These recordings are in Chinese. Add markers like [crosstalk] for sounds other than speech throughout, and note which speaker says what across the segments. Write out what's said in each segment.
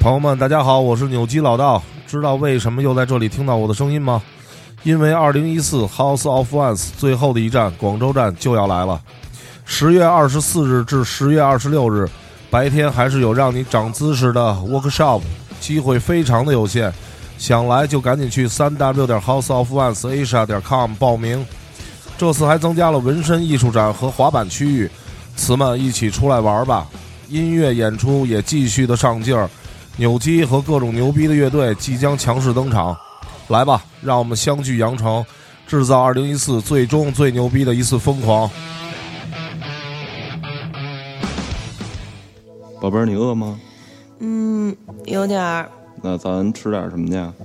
Speaker 1: 朋友们，大家好，我是纽基老道。知道为什么又在这里听到我的声音吗？因为二零一四 House of Ones 最后的一站广州站就要来了。十月二十四日至十月二十六日，白天还是有让你长姿势的 workshop，机会非常的有限，想来就赶紧去三 w 点 house of ones asia 点 com 报名。这次还增加了纹身艺术展和滑板区域，词们一起出来玩吧！音乐演出也继续的上劲儿，扭机和各种牛逼的乐队即将强势登场，来吧，让我们相聚羊城，制造二零一四最终最牛逼的一次疯狂。
Speaker 2: 宝贝儿，你饿吗？
Speaker 3: 嗯，有点儿，
Speaker 2: 那咱吃点什么去？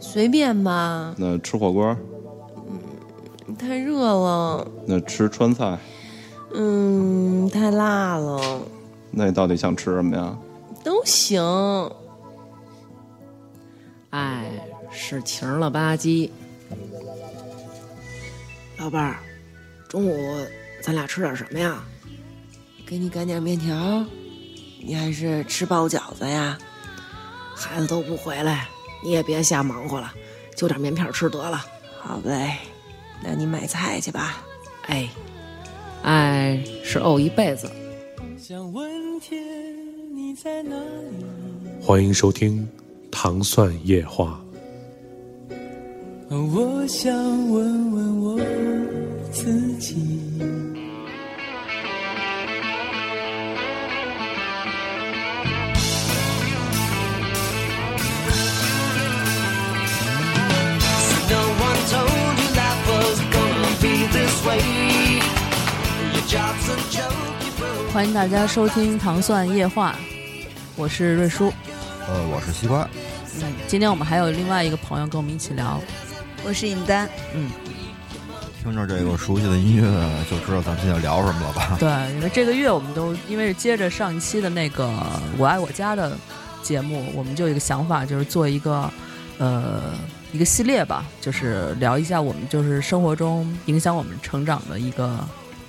Speaker 3: 随便吧，
Speaker 2: 那吃火锅？
Speaker 3: 太热了，
Speaker 2: 那吃川菜？
Speaker 3: 嗯，太辣了，
Speaker 2: 那你到底想吃什么呀？
Speaker 3: 都行。
Speaker 4: 哎，是晴了吧唧。
Speaker 5: 老伴儿，中午咱俩吃点什么呀？
Speaker 3: 给你擀点面条，你还是吃包饺子呀？
Speaker 5: 孩子都不回来，你也别瞎忙活了，就点面片吃得了。
Speaker 3: 好嘞，那你买菜去吧。
Speaker 4: 哎，哎，是怄一辈子。
Speaker 6: 想问天你在哪里？
Speaker 7: 欢迎收听《糖蒜夜话
Speaker 6: 哦我想问问我自己。No one told you life was gonna be this way. Your job's a joke, you broke.
Speaker 8: 欢迎大家收听《糖蒜夜话》，我是瑞叔。
Speaker 9: 呃，我是西瓜，
Speaker 8: 嗯，今天我们还有另外一个朋友跟我们一起聊，
Speaker 10: 我是尹丹，
Speaker 9: 听着这个熟悉的音乐就知道咱们今天聊什么了
Speaker 1: 啊
Speaker 8: [laughs]
Speaker 9: 吧？
Speaker 8: 对，因为这个月我们都因为是接着上一期的那个《我爱我家》的节目，我们就有一个想法，就是做一个呃一个系列吧，就是聊一下我们就是生活中影响我们成长的一个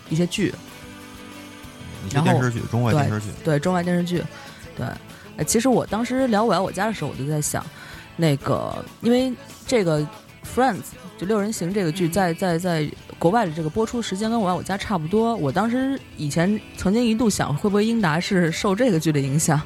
Speaker 8: 一些剧，
Speaker 9: 一些
Speaker 8: 然后
Speaker 9: 电视剧，中外
Speaker 8: 对
Speaker 9: 电视剧，
Speaker 8: 对中外电视剧，对。呃，其实我当时聊《我爱我家》的时候，我就在想，那个因为这个《Friends》就《六人行》这个剧在在在国外的这个播出时间跟《我爱我家》差不多。我当时以前曾经一度想，会不会英达是受这个剧的影响，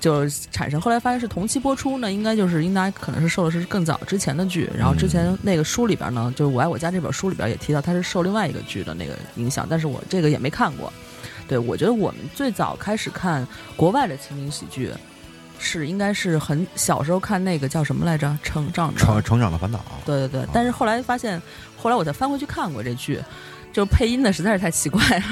Speaker 8: 就产生。后来发现是同期播出呢，应该就是英达可能是受的是更早之前的剧。然后之前那个书里边呢，就是《我爱我家》这本书里边也提到，它是受另外一个剧的那个影响，但是我这个也没看过。对，我觉得我们最早开始看国外的情景喜剧，是应该是很小时候看那个叫什么来着，《成长的
Speaker 9: 成成长的烦恼，啊
Speaker 8: 对对对，但是后来发现，后来我才翻回去看过这剧，就是配音的实在是太奇怪了。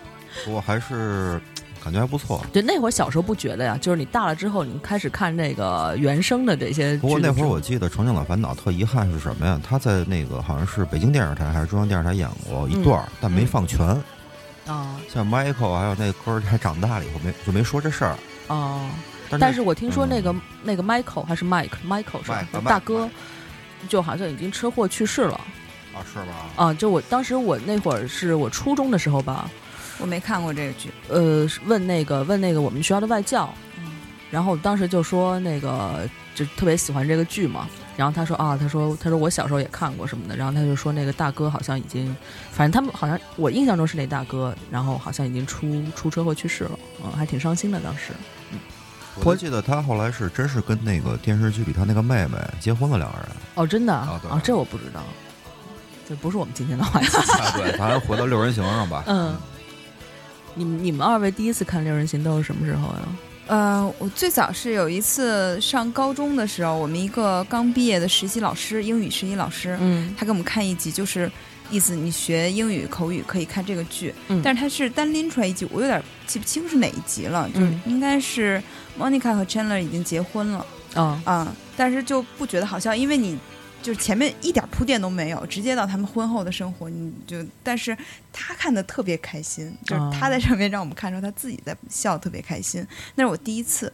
Speaker 8: [laughs]
Speaker 9: 不过还是感觉还不错。
Speaker 8: 对，那会儿小时候不觉得呀，就是你大了之后，你开始看这个原声的这些剧的时候。
Speaker 9: 不过那会儿我记得《成长的烦恼》特遗憾是什么呀？他在那个好像是北京电视台还是中央电视台演过一段儿，但没放全。
Speaker 8: 啊
Speaker 9: 像 Michael 还有那哥儿，他长大了以后没就没说这事儿。
Speaker 8: 啊！
Speaker 9: 但是
Speaker 8: 但是我听说那个
Speaker 9: 嗯
Speaker 8: 那个 Michael 还是 Mike，Michael 是吧
Speaker 9: Mike，
Speaker 8: 大
Speaker 9: Mike，
Speaker 8: 哥，就好像已经车祸去世了
Speaker 9: 啊，是吧？
Speaker 8: 啊！就我当时我那会儿是我初中的时候吧，
Speaker 10: 我没看过这个剧，
Speaker 8: 呃，是问那个问那个我们学校的外教，
Speaker 10: 嗯
Speaker 8: 然后当时就说那个就特别喜欢这个剧嘛，然后他说啊，他说他说我小时候也看过什么的，然后他就说那个大哥好像已经，反正他们好像我印象中是那大哥，然后好像已经出出车祸去世了，嗯，还挺伤心的当时。
Speaker 9: 我记得他后来是真是跟那个电视剧里他那个妹妹结婚了，两个人。
Speaker 8: 哦，真的
Speaker 9: 啊对
Speaker 8: 啊，这我不知道，这不是我们今天的话 [laughs] 题。
Speaker 9: 哎对，咱回到六人行上吧。
Speaker 8: 嗯，你们你们二位第一次看《六人行》都是什么时候呀？啊
Speaker 10: 呃，我最早是有一次上高中的时候，我们一个刚毕业的实习老师，英语实习老师，
Speaker 8: 嗯
Speaker 10: 他给我们看一集，就是意思你学英语口语可以看这个剧，
Speaker 8: 嗯
Speaker 10: 但是他是单拎出来一集，我有点记不清是哪一集了，就
Speaker 8: 嗯
Speaker 10: 应该是 Monica 和 Chandler 已经结婚了
Speaker 8: 啊
Speaker 10: 啊、但是就不觉得好笑，因为你。就是前面一点铺垫都没有，直接到他们婚后的生活，你就但是他看的特别开心，就是他
Speaker 8: 哦
Speaker 10: 在上面让我们看出他自己在笑，特别开心。那是我第一次，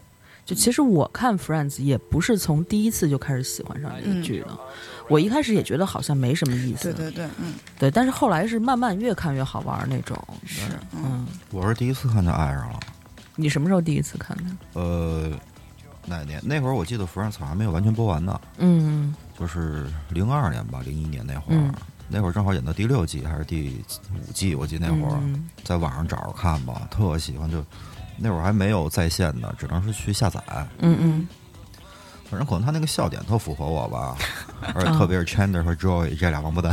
Speaker 8: 就其实我看《Friends》也不是从第一次就开始喜欢上这个剧的，我一开始也觉得好像没什么意思，
Speaker 10: 嗯对对对，嗯，
Speaker 8: 对但是后来是慢慢越看越好玩那种。
Speaker 10: 是
Speaker 8: 对，
Speaker 10: 嗯
Speaker 8: 嗯，
Speaker 9: 我是第一次看就爱上了。
Speaker 8: 你什么时候第一次看的？
Speaker 9: 呃，那一年那会儿，我记得《Friends》还没有完全播完呢，
Speaker 8: 嗯
Speaker 9: 就是零二年吧，零一年那会儿，
Speaker 8: 嗯
Speaker 9: 那会儿正好演到第六季还是第五季，我记得那会儿、
Speaker 8: 嗯
Speaker 9: 在网上找着看吧，特喜欢就。那会儿还没有在线的，只能是去下载。
Speaker 8: 嗯嗯
Speaker 9: 反正可能他那个笑点特符合我
Speaker 8: [laughs]
Speaker 9: 吧，而且特别
Speaker 8: 嗯
Speaker 9: 是 Chandler 和 Joey 这俩王八蛋，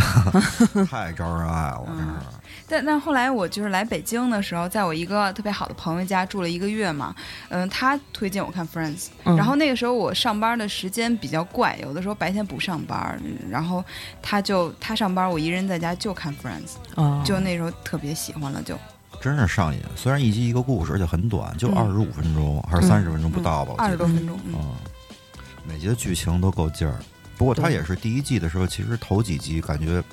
Speaker 9: 太招人爱了，真
Speaker 8: 嗯
Speaker 9: 是。
Speaker 10: 但但后来我就是来北京的时候，在我一个特别好的朋友家住了一个月嘛，嗯，他推荐我看 Friends，、
Speaker 8: 嗯
Speaker 10: 然后那个时候我上班的时间比较怪，有的时候白天不上班，嗯然后他就他上班，我一人在家就看 Friends，、
Speaker 8: 哦，
Speaker 10: 就那时候特别喜欢了，就
Speaker 9: 真是上瘾。虽然一集一个故事，而且很短，就
Speaker 8: 嗯
Speaker 9: 二十五分钟、还是三十分钟不到吧，我
Speaker 10: 二
Speaker 9: 记
Speaker 10: 十
Speaker 9: 得。
Speaker 10: 多分钟，嗯
Speaker 8: 哦
Speaker 9: 嗯，每集的剧情都够劲儿。不过它
Speaker 8: 对
Speaker 9: 也是第一季的时候，其实头几集感觉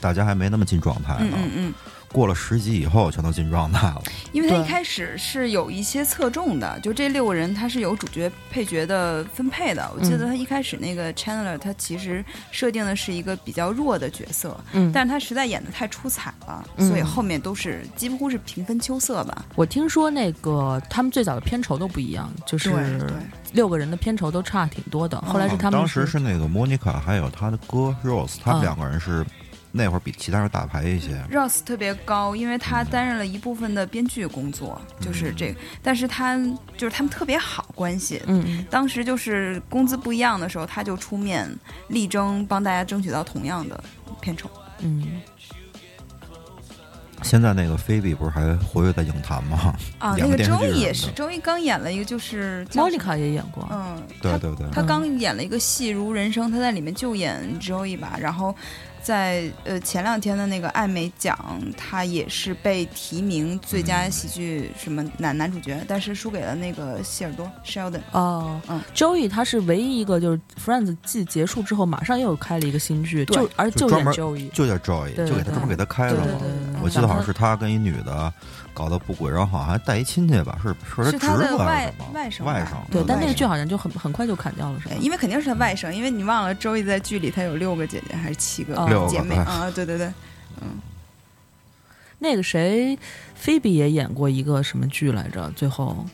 Speaker 9: 大家还没那么进状态
Speaker 10: 嗯
Speaker 9: 呢。
Speaker 10: 嗯嗯，
Speaker 9: 过了十集以后，全都进状态了。
Speaker 10: 因为他一
Speaker 8: 对
Speaker 10: 开始是有一些侧重的，就这六个人他是有主角配角的分配的。我记得
Speaker 8: 嗯
Speaker 10: 他一开始那个 Chandler 他其实设定的是一个比较弱的角色，
Speaker 8: 嗯，
Speaker 10: 但是他实在演的太出彩了，
Speaker 8: 嗯
Speaker 10: 所以后面都是几乎是平分秋色吧。
Speaker 8: 我听说那个他们最早的片酬都不一样，就是
Speaker 10: 对对，哦
Speaker 8: 六个人的片酬都差挺多的。后来是他们
Speaker 9: 啊当时是那个莫妮卡还有她的哥 Rose，他们
Speaker 10: 嗯
Speaker 9: 两个人是那会儿比其他人大牌一些。
Speaker 10: Ross 特别高，因为他担任了一部分的编剧工作，就是这个，但是他就是他们特别好关系。
Speaker 8: 嗯
Speaker 10: 当时就是工资不一样的时候，他就出面力争帮大家争取到同样的片酬。
Speaker 8: 嗯
Speaker 9: 现在那个菲比不是还活跃在影坛吗？ [laughs]
Speaker 10: 啊，那
Speaker 9: 两
Speaker 10: 个周
Speaker 9: 个电视剧
Speaker 10: 易也
Speaker 9: 什
Speaker 10: 是，
Speaker 9: 么的
Speaker 10: 周易刚演了一个就是叫什么
Speaker 8: ，Monica 也演过，啊
Speaker 10: 嗯，
Speaker 9: 对对对，
Speaker 10: 他刚演了一个戏《如人生》，他在里面就演 Joey 吧，然后在呃前两天的那个艾美奖，他也是被提名最佳喜剧什么男男主角，但是输给了那个希尔多 Sheldon。
Speaker 8: 哦，
Speaker 10: 嗯
Speaker 8: Joey 他是唯一一个就是 Friends 季结束之后马上又开了一个新剧，
Speaker 10: 对
Speaker 8: 就而
Speaker 9: 就
Speaker 8: 就
Speaker 9: 专
Speaker 8: 演
Speaker 9: 门
Speaker 8: Joey，
Speaker 9: 就叫 Joy，
Speaker 8: 对
Speaker 9: 就给他专门给他开
Speaker 8: 对
Speaker 9: 了
Speaker 8: 对
Speaker 9: 嘛。
Speaker 8: 对，
Speaker 9: 我记得好像是他跟一女的搞的不轨，然后好像还带一亲戚吧，是是
Speaker 10: 是
Speaker 9: 侄
Speaker 10: 他的
Speaker 9: 子还是
Speaker 10: 外
Speaker 9: 什么
Speaker 10: 外甥吧
Speaker 9: 外甥
Speaker 8: 对，但那个
Speaker 9: 外甥
Speaker 8: 剧好像就很很快就砍掉了，是吧
Speaker 10: 哎对，？因为肯定是他外甥，因为你忘了 Joey 在剧里他有六个姐姐还是七个
Speaker 8: 哦六
Speaker 9: 个
Speaker 10: 姐妹
Speaker 9: 对
Speaker 10: 啊？对对对，
Speaker 8: 那个谁，菲比也演过一个什么剧来着？最后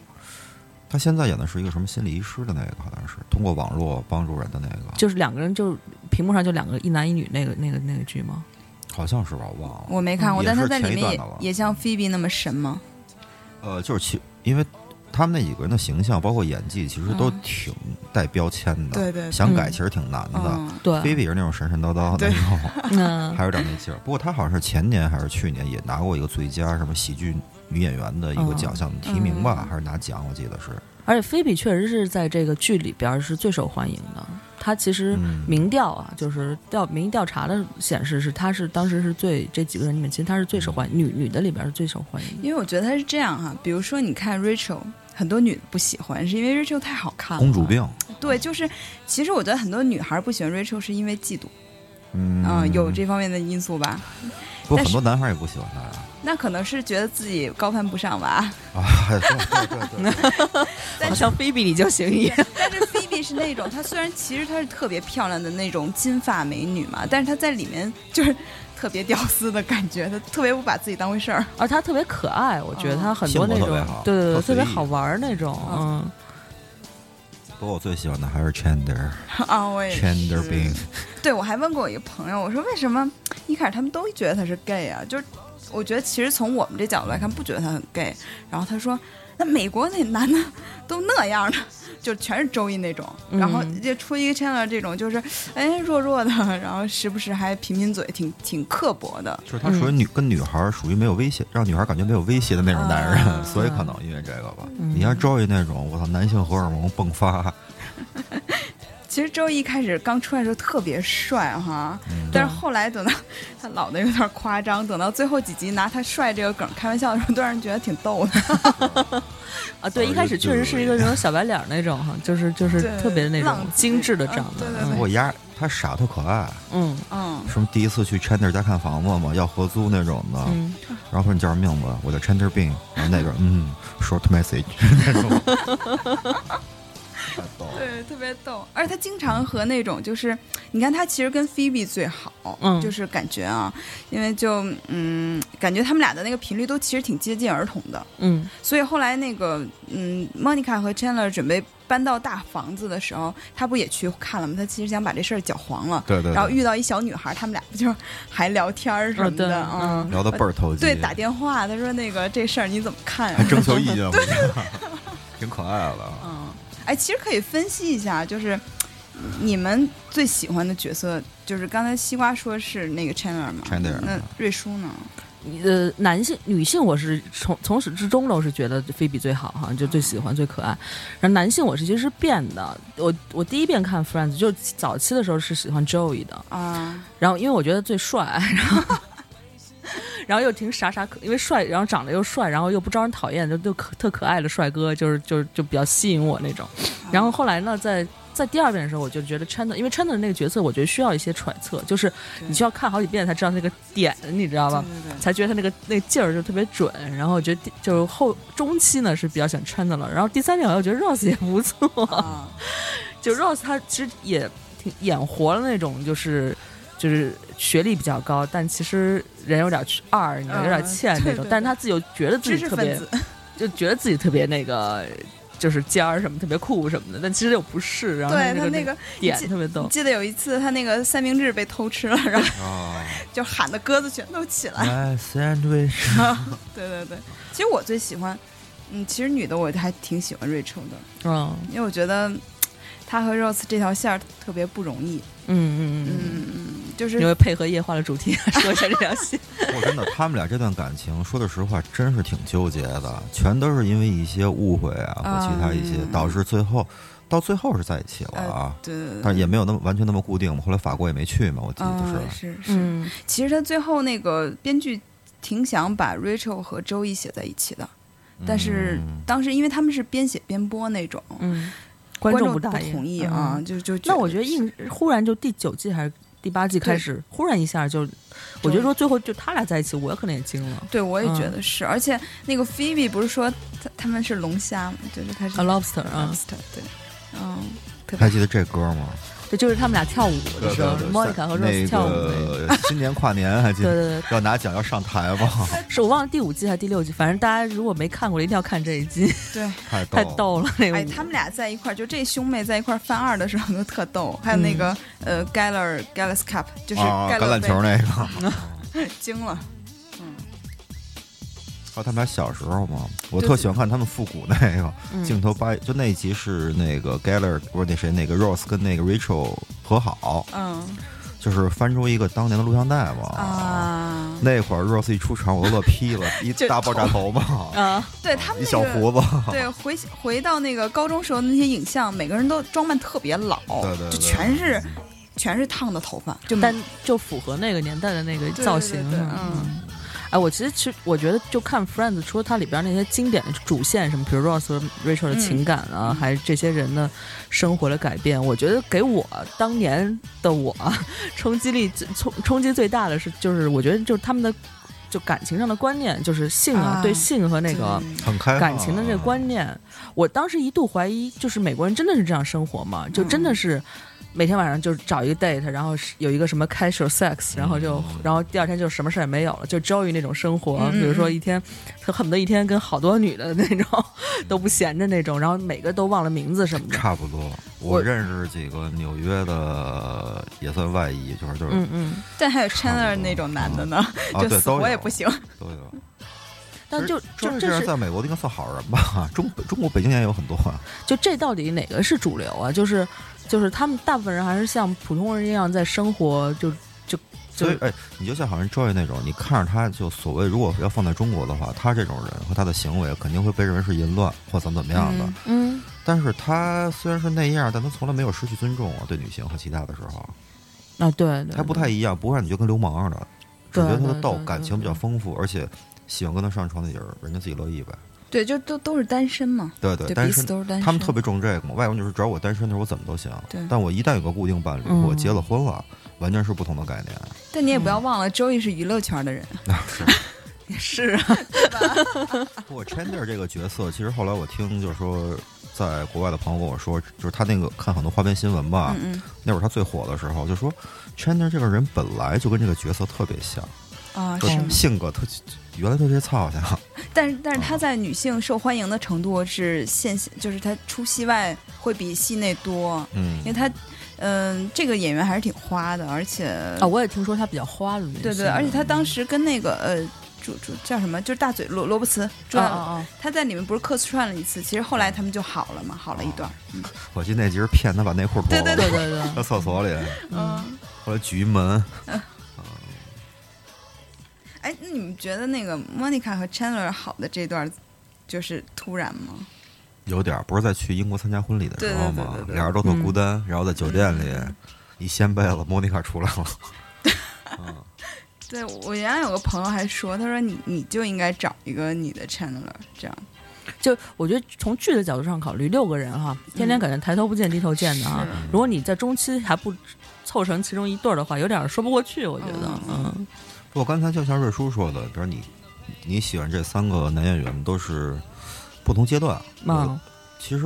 Speaker 9: 他现在演的是一个什么心理医师的那个，好像是通过网络帮助人的那个，
Speaker 8: 就是两个人就屏幕上就两个一男一女那个那个那个剧吗？
Speaker 9: 好像是吧，我忘了。
Speaker 10: 我没看过，
Speaker 9: 嗯
Speaker 10: 但
Speaker 9: 也
Speaker 10: 他
Speaker 9: 是
Speaker 10: 在里
Speaker 9: 前一
Speaker 10: 面
Speaker 9: 段
Speaker 10: 也
Speaker 9: 的了
Speaker 10: 也像 Phoebe 那么神吗？
Speaker 9: 呃，就是其因为他们那几个人的形象，包括演技，其实都挺带标签的，
Speaker 10: 嗯对对对
Speaker 9: 想改
Speaker 8: 嗯
Speaker 9: 其实挺难的。
Speaker 10: 嗯，
Speaker 8: 对啊嗯
Speaker 9: 菲，比是那种神神叨叨的
Speaker 10: 对
Speaker 9: 那种，
Speaker 10: 嗯
Speaker 8: 那
Speaker 9: 还有点那劲儿。不过她好像是前年还是去年也拿过一个最佳什么喜剧女演员的一个
Speaker 8: 嗯
Speaker 9: 奖项提名吧，还是拿奖，我记得是。
Speaker 8: 而且菲比确实是在这个剧里边儿是最受欢迎的。她其实
Speaker 9: 嗯
Speaker 8: 民调啊，就是调民意调查的显示是，她是当时是最这几个人里面，其实她是最受欢迎，女女的里边儿是最受欢迎的。
Speaker 10: 因为我觉得他是这样哈、比如说你看 Rachel，很多女的不喜欢，是因为 Rachel 太好看了，
Speaker 9: 公主病，
Speaker 10: 对，就是其实我觉得很多女孩不喜欢 Rachel 是因为嫉妒，
Speaker 9: 嗯
Speaker 10: 嗯、有这方面的因素吧。
Speaker 9: 不过
Speaker 10: 但
Speaker 9: 很
Speaker 10: 是
Speaker 9: 多男孩也不喜欢她呀。
Speaker 10: 那可能是觉得自己高攀不上
Speaker 9: [laughs]
Speaker 10: 吧。
Speaker 9: 啊，对对对对对，
Speaker 8: [laughs] 但像菲比你就行一样。
Speaker 10: 但是 Phoebe 是那种，她虽然其实她是特别漂亮的那种金发美女嘛，但是她在里面就是特别屌丝的感觉，她特别不把自己当回事儿。 [laughs]
Speaker 8: 而她特别可爱，我觉得
Speaker 10: 嗯
Speaker 8: 她很多那
Speaker 9: 性
Speaker 8: [laughs] 种
Speaker 9: 格特别好，
Speaker 8: 对对对，
Speaker 9: 特
Speaker 8: 特
Speaker 9: 随意
Speaker 8: 别好玩儿那种，嗯，
Speaker 9: 不过我最喜欢的还是 Chandler
Speaker 10: 啊，我也
Speaker 9: Chandler
Speaker 10: 是
Speaker 9: Bing，
Speaker 10: 对，我还问过我一个朋友，我说为什么一开始他们都觉得他是 gay 啊？就是我觉得其实从我们这角度来看，不觉得他很 gay。然后他说，那美国那男的 [laughs] 都那样的，就全是周易那种，然后
Speaker 8: 嗯
Speaker 10: 就出一个 Chandler 这种，就是哎弱弱的，然后时不时还贫贫嘴，挺挺刻薄的。
Speaker 9: 就是他属于女
Speaker 10: 嗯
Speaker 9: 跟女孩儿属于没有威胁，让女孩儿感觉没有威胁的那种男
Speaker 10: 啊
Speaker 9: 人， [laughs] 所以可能因为这个吧。
Speaker 10: 嗯
Speaker 9: 你像 Joey 那种，我操，男性荷尔蒙迸发，
Speaker 10: 其实周易一开始刚出来的时候特别帅哈，
Speaker 8: 嗯
Speaker 10: 但是后来等到他老的有点夸张，等到最后几集拿他帅这个梗开玩笑的时候，都让人觉得挺逗的。
Speaker 8: 啊，对，一开始确实是一个那种小白脸儿那种哈，就是就是
Speaker 10: 对
Speaker 8: 特别那种
Speaker 10: 浪子
Speaker 8: 精致的长得，
Speaker 10: 嗯对
Speaker 9: 不
Speaker 10: 对
Speaker 9: 过丫他傻特可爱。
Speaker 8: 嗯
Speaker 10: 嗯，
Speaker 9: 什么第一次去 Chandler 家看房子嘛，要合租那种的，
Speaker 8: 嗯
Speaker 9: 然后说你叫什么名字？我叫嗯 Chandler Bing，然后那边嗯 short message 那种。太逗了。
Speaker 10: 对，特别逗。而且他经常和那种就是，你看他其实跟菲比最好，
Speaker 8: 嗯
Speaker 10: 就是感觉啊，因为就嗯，感觉他们俩的那个频率都其实挺接近儿童的。
Speaker 8: 嗯
Speaker 10: 所以后来那个嗯，Monica 和 Chandler 准备搬到大房子的时候，他不也去看了吗？他其实想把这事儿搅黄了。
Speaker 9: 对对
Speaker 10: 然后
Speaker 9: 对
Speaker 10: 遇到一小女孩，他们俩不就还聊天儿什么的
Speaker 8: 啊对
Speaker 10: 嗯，
Speaker 9: 聊得倍儿投机，
Speaker 10: 对，打电话，他说那个这事儿你怎么看、
Speaker 9: 还
Speaker 10: 啊？
Speaker 9: 征求意见，我觉得挺可爱的。
Speaker 10: 嗯，哎，其实可以分析一下，就是你们最喜欢的角色，就是刚才西瓜说是那个 Chandler 嘛
Speaker 9: Chandler
Speaker 10: 那瑞叔呢？
Speaker 8: 呃，男性、女性，我是从从始至终都是觉得菲比最好哈，就最喜欢、最可爱。然后男性，我是其实是变的。我我第一遍看《Friends》，就早期的时候是喜欢 Joey 的，
Speaker 10: 啊，
Speaker 8: 然后因为我觉得最帅， [laughs] 然后然后又挺傻傻可，因为帅，然后长得又帅，然后又不招人讨厌，就就可特可爱的帅哥，就是就是就比较吸引我那种。然后后来呢，在在第二遍的时候，我就觉得 Chandler，因为 Chandler 那个角色，我觉得需要一些揣测，就是你需要看好几遍才知道那个点，你知道吧？
Speaker 10: 对对对，
Speaker 8: 才觉得他那个那劲儿就特别准。然后我觉得第就是后中期呢是比较喜欢 Chandler，然后第三遍好像我觉得 Rose 也不错，
Speaker 10: 啊，
Speaker 8: [laughs] 就 Rose 他其实也挺演活了那种，就是就是学历比较高，但其实人有点二，你知道有点欠那
Speaker 10: 嗯对
Speaker 8: 种
Speaker 10: 对，
Speaker 8: 但是他自己又觉得自
Speaker 10: 知
Speaker 8: 己
Speaker 10: 识
Speaker 8: 特
Speaker 10: 分
Speaker 8: 别
Speaker 10: 子，
Speaker 8: 就觉得自己特别那个。就是尖儿什么特别酷什么的，但其实又不是。然后
Speaker 10: 对
Speaker 8: 那
Speaker 10: 他
Speaker 8: 个
Speaker 10: 那个
Speaker 8: 点
Speaker 10: 记
Speaker 8: 特别逗，
Speaker 10: 记得有一次他那个三明治被偷吃了，然后
Speaker 9: 啊
Speaker 10: 就喊的鸽子全都起嗯来。
Speaker 9: ，My sandwich，
Speaker 10: 对对对，其实我最喜欢，嗯，其实女的我还挺喜欢 Rachel 的，
Speaker 8: 嗯
Speaker 10: 因为我觉得嗯她和 Rose 这条线儿特别不容易。
Speaker 8: 嗯嗯嗯，
Speaker 10: 嗯嗯，就是
Speaker 8: 因为配合夜话的主题 [laughs] 说一下这条线。
Speaker 9: 我真的，他们俩这段感情，说的实话，真是挺纠结的，全都是因为一些误会啊，或其他一些，
Speaker 10: 嗯
Speaker 9: 导致最后到最后是在一起了啊，
Speaker 10: 对对对
Speaker 9: 但也没有那么完全那么固定嘛。后来法国也没去嘛，我记得
Speaker 10: 啊、
Speaker 9: 就是。
Speaker 10: 是是
Speaker 8: 嗯，
Speaker 10: 其实他最后那个编剧挺想把 Rachel 和周易写在一起的，但是
Speaker 9: 嗯
Speaker 10: 当时因为他们是边写边播那种，
Speaker 8: 嗯，
Speaker 10: 观
Speaker 8: 众
Speaker 10: 不
Speaker 8: 答应
Speaker 10: 同意啊，
Speaker 8: 嗯
Speaker 10: 就就
Speaker 8: 那我觉得硬忽然就第九季还是第八季开始，忽然一下就，我觉得说最后就他俩在一起，我可能也惊了。
Speaker 10: 对，我也
Speaker 8: 嗯
Speaker 10: 觉得是，而且那个 Phoebe 不是说他他们是龙虾嘛，就是开始
Speaker 8: 啊，lobster 啊，
Speaker 10: lobster，对，嗯，特别
Speaker 9: 还记得这歌吗？
Speaker 8: 对，就是他们俩跳舞的时候，Monica 和 Rose 跳舞那个，
Speaker 9: 那 [laughs] 个今年跨年还记
Speaker 8: 对对
Speaker 9: 得
Speaker 8: 对，
Speaker 9: 要拿奖要上台吗？
Speaker 8: [laughs] 是我忘了第五季还是第六季，反正大家如果没看过，一定要看这一 [laughs] 季，
Speaker 10: 对。
Speaker 9: 太逗
Speaker 8: 太
Speaker 9: 了
Speaker 8: 逗了那
Speaker 10: 哎，
Speaker 8: 个
Speaker 10: 他
Speaker 8: 舞。
Speaker 10: 们俩在一块儿，就这兄妹在一块儿犯二的时候都特逗，还有
Speaker 8: 嗯
Speaker 10: 那个、呃 Galler Gallas Cup，就是
Speaker 9: 啊！
Speaker 10: 盖
Speaker 9: 橄
Speaker 10: 勒
Speaker 9: 榄
Speaker 10: 杯
Speaker 9: 球那个，还
Speaker 10: 惊了，
Speaker 9: 有哦他们俩小时候嘛，我
Speaker 10: 对
Speaker 9: 特喜欢看他们复古那个
Speaker 8: 嗯
Speaker 9: 镜头掰，就那一集是那个 Geller 不是那谁那个 Rose 跟那个 Rachel 和好，
Speaker 10: 嗯
Speaker 9: 就是翻出一个当年的录像带嘛。
Speaker 10: 啊，
Speaker 9: 那会儿 Rose 一出场，我都
Speaker 8: [laughs]
Speaker 9: 乐劈了，一
Speaker 10: 就
Speaker 9: 大爆炸头嘛，
Speaker 8: 啊，
Speaker 10: 对他们
Speaker 9: 一
Speaker 10: 那
Speaker 9: 小
Speaker 10: 个
Speaker 9: 胡子，
Speaker 10: 对，回回到那个高中时候那些影像，每个人都装扮特别老，
Speaker 9: 对对对
Speaker 10: 就全是全是烫的头发，就
Speaker 8: 但就符合那个年代的那个
Speaker 10: 对
Speaker 8: 造型
Speaker 10: 对对。对
Speaker 8: 嗯，哎，我其实其实我觉得，就看《Friends》，除了它里边那些经典的主线，什么比如 Ross 和 Rachel 的情感啊，还是这些人的生活的改变，我觉得给我当年的我 [laughs] 冲击力最冲冲击最大的是，就是我觉得就是他们的就感情上的观念，就是性啊，
Speaker 10: 啊
Speaker 8: 对性和那个。
Speaker 10: 对
Speaker 9: 很开放啊
Speaker 8: 感情的
Speaker 9: 哦
Speaker 8: 这个观念，我当时一度怀疑，就是美国人真的是这样生活吗？就真
Speaker 9: 嗯
Speaker 8: 的是每天晚上就是找一个 date，然后是有一个什么 casual
Speaker 9: 嗯
Speaker 8: sex，然后就然后第二天就什么事儿也没有了，就 Joey 那种生活，
Speaker 10: 嗯嗯
Speaker 8: 比如说一天他恨不得一天跟好多女的那种 [laughs] 都不闲着那种，然后每个都忘了名字什么的。
Speaker 9: 嗯差不多。
Speaker 8: 我
Speaker 9: 我认识几个纽约的也算外裔，就是就是
Speaker 8: 嗯嗯，
Speaker 10: 但还有 Chandler 那种男的呢，
Speaker 9: 啊，
Speaker 10: [laughs] 就
Speaker 9: 对，
Speaker 10: 死
Speaker 9: 都
Speaker 10: 活也
Speaker 9: 有
Speaker 10: 不行，
Speaker 9: 都有。
Speaker 8: 但就
Speaker 9: 其实
Speaker 8: 就
Speaker 9: 这
Speaker 8: 这
Speaker 9: 样
Speaker 8: 是
Speaker 9: 在美国的应该算好人吧？中中国北京也有很多啊。
Speaker 8: 就这到底哪个是主流啊？就是就是他们大部分人还是像普通人一样在生活，就就就
Speaker 9: 所以，哎，你就像好像 Joy 那种，你看着他就所谓，如果要放在中国的话，他这种人和他的行为肯定会被认为是淫乱或怎么怎么样的。
Speaker 10: 嗯
Speaker 8: 嗯。
Speaker 9: 但是他虽然是那样，但他从来没有失去尊重啊，对女性和其他的时候，
Speaker 8: 啊，对，对
Speaker 9: 他不
Speaker 8: 对
Speaker 9: 太一样，不会让你觉得跟流氓似的，只
Speaker 8: 对
Speaker 9: 觉得他的
Speaker 8: 对
Speaker 9: 道
Speaker 8: 对
Speaker 9: 感
Speaker 8: 对
Speaker 9: 情比较丰富，而且喜欢跟他上床的也是人家自己乐意呗。
Speaker 10: [laughs] 对，就都都是单身嘛，
Speaker 9: 对对，
Speaker 10: 对，
Speaker 9: 单
Speaker 10: 彼
Speaker 9: 身
Speaker 10: 此都是单身，
Speaker 9: 他们特别重这个嘛，外国人就是只要我单身的时候我怎么都行
Speaker 10: 对，
Speaker 9: 但我一旦有个固定伴侣，
Speaker 8: 嗯
Speaker 9: 我结了婚了，完全是不同的概念。
Speaker 10: 但你也不要忘了，Joey 是娱乐圈
Speaker 9: [laughs]
Speaker 10: 的人， [laughs] 啊
Speaker 8: 是啊，
Speaker 9: 不过 Chandler 这个角色，其实后来我听就是说，在国外的朋友跟我说，就是他那个看很多花边新闻吧，
Speaker 10: 嗯嗯
Speaker 9: 那会儿他最火的时候，就说 Chandler 这个人本来就跟这个角色特别像，
Speaker 10: 啊
Speaker 9: 就是
Speaker 10: 吗？
Speaker 9: 性格特原来就是操性，
Speaker 10: 但是但是
Speaker 9: 啊
Speaker 10: 他在女性受欢迎的程度是线，就是他出戏外会比戏内多，
Speaker 9: 嗯
Speaker 10: 因为他，嗯、这个演员还是挺花的，而且
Speaker 8: 啊，我也听说他比较花的那些，
Speaker 10: 对对，而且他当时跟那个呃主主叫什么，就是大嘴罗罗伯茨，主
Speaker 8: 啊
Speaker 10: 要、
Speaker 8: 啊啊，
Speaker 10: 他在里面不是客串了一次，其实后来他们就好了嘛，好了一段儿，
Speaker 9: 我记得那集是骗他把内裤脱
Speaker 10: 对
Speaker 9: 了，
Speaker 10: 对
Speaker 8: 对对对，
Speaker 9: 在厕所里，
Speaker 10: 嗯，
Speaker 9: 后来举一门，
Speaker 10: 哎，那你们觉得那个 Monica 和 Chandler 好的这段儿就是突然吗？
Speaker 9: 有点儿不是在去英国参加婚礼的时候
Speaker 10: 对
Speaker 9: 嘛
Speaker 10: 对对对，对嗯
Speaker 9: 俩人都特孤单，然后在酒店里一掀被子，莫妮卡出来了，
Speaker 10: 对我原来有个朋友还说，他说你你就应该找一个你的 Chandler 这样，
Speaker 8: 就我觉得从剧的角度上考虑，六个人哈，天天
Speaker 10: 嗯
Speaker 8: 感觉抬头不见低头见的啊。
Speaker 10: 是
Speaker 8: 如果你在中期还不凑成其中一对儿的话，有点说不过去，我觉得，嗯
Speaker 9: 不过刚才就像瑞叔说的，比如你你喜欢这三个男演员都是不同阶段。
Speaker 10: 嗯
Speaker 9: 我
Speaker 8: 啊，
Speaker 9: 其实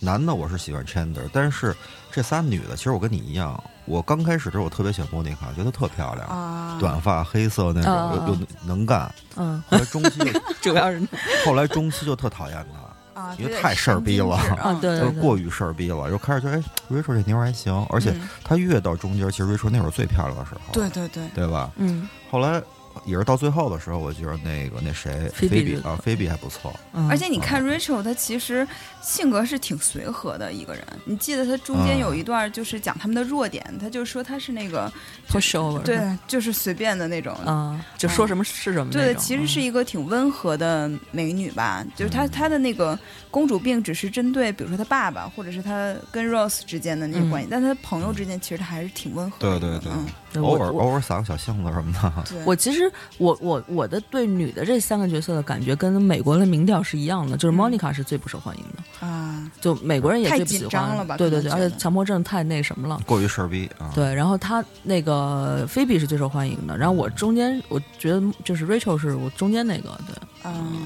Speaker 9: 男的我是喜欢 Chandler，但是这仨女的，其实我跟你一样，我刚开始的时候我特别喜欢莫妮卡，觉得特漂亮，
Speaker 10: 啊，
Speaker 9: 短发黑色那种，
Speaker 8: 啊
Speaker 9: 又又能干。
Speaker 8: 嗯，
Speaker 9: 后来中期就，
Speaker 8: 主要是
Speaker 10: 嗯
Speaker 9: [laughs] 后来中期就特讨厌她，
Speaker 10: 啊，
Speaker 9: 因为
Speaker 10: 对
Speaker 9: 太事儿逼了
Speaker 10: 神经质
Speaker 8: 啊，对
Speaker 9: 就是
Speaker 8: 对对，
Speaker 9: 过于事儿逼了，然后开始觉得哎，瑞说这妞儿还行，而且哦
Speaker 10: 嗯
Speaker 9: 她越到中间，其实瑞说那会儿最漂亮的时候，
Speaker 10: 对对对，
Speaker 9: 对吧？
Speaker 8: 嗯
Speaker 9: 后来也是到最后的时候，我觉得那个那谁，
Speaker 8: 菲
Speaker 9: 菲
Speaker 8: 比
Speaker 9: 比啊，菲比还不错，
Speaker 8: 嗯，
Speaker 10: 而且你看 Rachel，她其实性格是挺随和的一个人。你记得她中间
Speaker 9: 嗯
Speaker 10: 有一段就是讲他们的弱点，她就说她是那个
Speaker 8: pushover，
Speaker 10: 对，就是随便的那种。
Speaker 8: 啊，就说什么是什么那种，
Speaker 10: 对，
Speaker 8: 嗯
Speaker 10: 其实是一个挺温和的美女吧，就是
Speaker 9: 嗯
Speaker 10: 她她的那个公主病只是针对，比如说她爸爸，或者是她跟 Rose 之间的那个关系，但她朋友之间其实她还是挺温和的。
Speaker 9: 对对对
Speaker 10: 嗯
Speaker 8: 嗯
Speaker 9: 偶
Speaker 8: 我
Speaker 9: 尔
Speaker 8: 我
Speaker 9: 偶尔撒个小性子什么的，
Speaker 10: 对，
Speaker 8: 我其实我我我的对女的这三个角色的感觉跟美国的民调是一样的，就是
Speaker 10: 嗯
Speaker 8: Monica 是最不受欢迎的，
Speaker 10: 啊，
Speaker 8: 就美国人也
Speaker 10: 太
Speaker 8: 最不
Speaker 10: 紧
Speaker 8: 喜
Speaker 10: 张
Speaker 8: 欢
Speaker 10: 了吧
Speaker 8: 对
Speaker 10: 可
Speaker 8: 对
Speaker 10: 能
Speaker 8: 对，
Speaker 10: 觉
Speaker 8: 而且
Speaker 10: 得
Speaker 8: 强迫症太那什么了。
Speaker 9: 过于事儿逼啊。
Speaker 8: 对，然后他那个菲比是最受欢迎的，然后我中间我觉得就是 Rachel 是我中间那个，对，
Speaker 10: 嗯，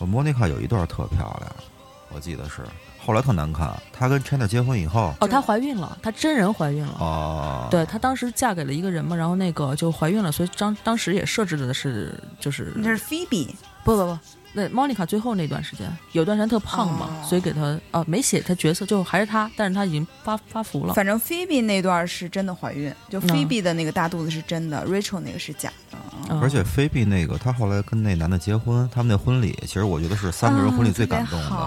Speaker 9: 我莫妮卡有一段特漂亮，我记得是，后来特难看。她跟 Chandler 结婚以后，
Speaker 8: 哦，她怀孕了，她真人怀孕了，
Speaker 9: 哦，
Speaker 8: 对她当时嫁给了一个人嘛，然后那个就怀孕了，所以当当时也设置的是就是
Speaker 10: 那是 Phoebe
Speaker 8: 不不不，那 Monica 最后那段时间有段时间特胖嘛，
Speaker 10: 哦
Speaker 8: 所以给她啊没写她角色，就还是她，但是她已经发发福了，
Speaker 10: 反正菲比那段是真的怀孕，就
Speaker 8: 嗯
Speaker 10: 菲比的那个大肚子是真的、r a c h e l 那个是假的。嗯
Speaker 8: 嗯
Speaker 9: 而且菲比那个，她后来跟那男的结婚，他们那婚礼，其实我觉得是三个人婚礼最感动的
Speaker 10: 啊特别好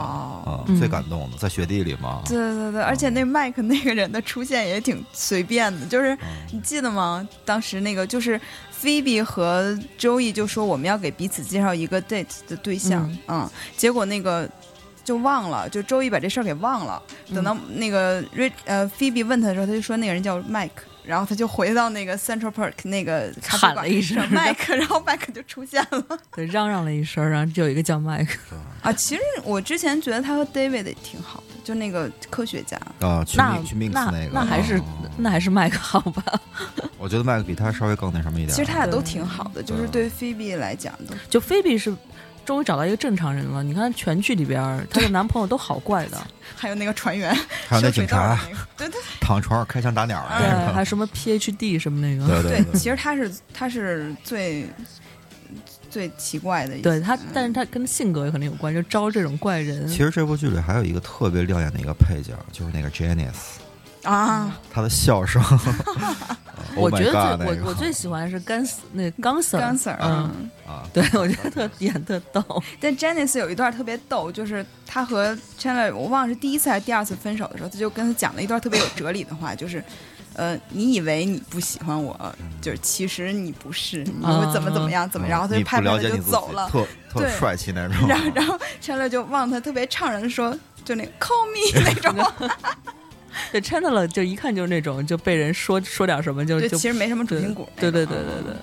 Speaker 9: 啊
Speaker 8: 嗯，
Speaker 9: 最感动的，在雪地里嘛。
Speaker 10: 对对
Speaker 8: 哦
Speaker 10: 对，而且那麦克那个人的出现也挺随便的，
Speaker 8: 哦
Speaker 10: 就是你记得吗？当时那个就是菲比和周易就说我们要给彼此介绍一个 date 的对象，嗯，结果那个就忘了，就周易把这事儿给忘了。
Speaker 8: 嗯
Speaker 10: 等到那个瑞呃菲比问他的时候，他就说那个人叫麦克。然后他就回到那个 Central Park 那个咖啡
Speaker 8: 喊
Speaker 10: 馆
Speaker 8: 了一声
Speaker 10: 找麦克，然后麦克就出现了。
Speaker 8: 对嚷嚷了一声，然后就有一个叫麦克，
Speaker 10: 啊，其实我之前觉得他和 David 也挺好的，就那个科学家。
Speaker 9: 啊，去
Speaker 8: 那
Speaker 9: mix- 去 mix
Speaker 8: 那
Speaker 9: 个，
Speaker 8: 那还是
Speaker 9: 哦
Speaker 8: 那还是麦克好吧？
Speaker 9: 我觉得麦克比他稍微更那什么一点。嗯
Speaker 10: 其实他俩都挺好的，就是对菲比来讲都
Speaker 8: 就菲比是终于找到一个正常人了。你看全剧里边儿，
Speaker 9: [laughs]
Speaker 8: 她的男朋友都好怪的，
Speaker 10: 还有那个船员，
Speaker 9: 还有那
Speaker 10: 修水
Speaker 9: 警
Speaker 10: 道的
Speaker 9: 察
Speaker 10: 那个，对对
Speaker 9: 躺床上开枪打鸟儿
Speaker 8: 对，
Speaker 9: 那
Speaker 8: 哎还有
Speaker 9: 个，
Speaker 8: 什么 PhD 什么那个，
Speaker 9: 对
Speaker 10: 对
Speaker 9: 对，
Speaker 10: 其实他是他是最最奇怪的一，
Speaker 8: 对她，但是她跟性格也可能有关，就招这种怪人。
Speaker 9: 其实这部剧里还有一个特别亮眼的一个配角，就是那个 Janice，
Speaker 10: 啊，
Speaker 9: 她的
Speaker 8: [laughs]
Speaker 9: 笑声。哦
Speaker 8: 我
Speaker 9: Oh my
Speaker 8: 觉得最
Speaker 9: God，那个
Speaker 8: 我我最喜欢是甘斯那冈 Sir，
Speaker 10: 刚 Sir，
Speaker 8: 嗯，
Speaker 10: 嗯，
Speaker 9: 啊，
Speaker 8: 对我觉得特演特逗，
Speaker 10: 但 Janice 有一段特别逗，就是他和 Chandler，我忘了是第一次还是第二次分手的时候，他就跟他讲了一段特别有哲理的话，就是。呃，你以为你不喜欢我，
Speaker 9: 嗯
Speaker 10: 就是其实你不是，你
Speaker 8: 啊
Speaker 10: 会怎么怎么样，怎么，然后他
Speaker 9: 你
Speaker 10: 就
Speaker 9: 不
Speaker 10: 拍拍
Speaker 9: 了
Speaker 10: 他
Speaker 9: 解
Speaker 10: 就
Speaker 9: 你自己
Speaker 10: 走了，
Speaker 9: 特特
Speaker 10: 对
Speaker 9: 帅气那种。
Speaker 10: 然后然后 Chandler 就望他特别怅然的说，就那 call me
Speaker 9: [laughs]
Speaker 10: 那种，
Speaker 8: 对 Chandler 就一看就是那种就被人说说点什么 [laughs] 就
Speaker 10: 对，
Speaker 8: 就
Speaker 10: 其实没什么主心骨。
Speaker 8: 对对对对对，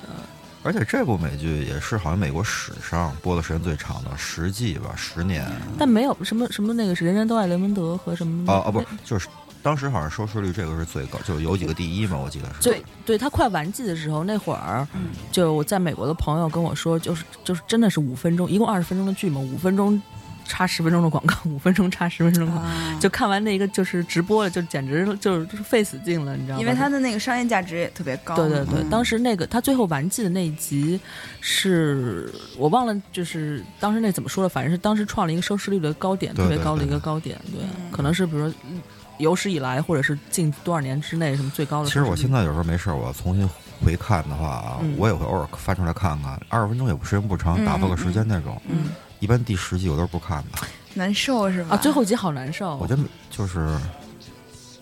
Speaker 9: 而且这部美剧也是好像美国史上播的时间最长的，十季吧，十年啊
Speaker 8: 但没有什么什么那个是人人都爱雷蒙德和什么
Speaker 9: 啊，不是，就是当时好像收视率这个是最高，就是有几个第一嘛，我记得是。
Speaker 8: 对，对他快完季的时候，那会儿，就我在美国的朋友跟我说，就是就是真的是五分钟，一共二十分钟的剧嘛，五分钟插十分钟的广告，五分钟插十分钟的广告，
Speaker 10: 啊
Speaker 8: 就看完那个就是直播了，就简直就是就是费死劲了，你知道吗？
Speaker 10: 因为它的那个商业价值也特别高嘛。
Speaker 8: 对对对，当时那个他最后完季的那一集是，我忘了，就是当时那怎么说了，反正是当时创了一个收视率的高点，
Speaker 9: 对
Speaker 8: 特别
Speaker 9: 对
Speaker 8: 高的
Speaker 9: 对
Speaker 8: 一个高点，对，可能是比如说嗯有史以来，或者是近多少年之内什么最高的
Speaker 9: 其
Speaker 8: 收视
Speaker 9: 实
Speaker 8: 率。
Speaker 9: 我现在有时候没事儿，我重新回看的话啊，
Speaker 8: 嗯
Speaker 9: 我也会偶尔翻出来看看，二十分钟也不时间不长，打发个时间那种。
Speaker 10: 嗯
Speaker 9: 一般第十集我都是不看的，
Speaker 10: 难受是吧？
Speaker 8: 啊，最后一集好难受，
Speaker 9: 我觉得就是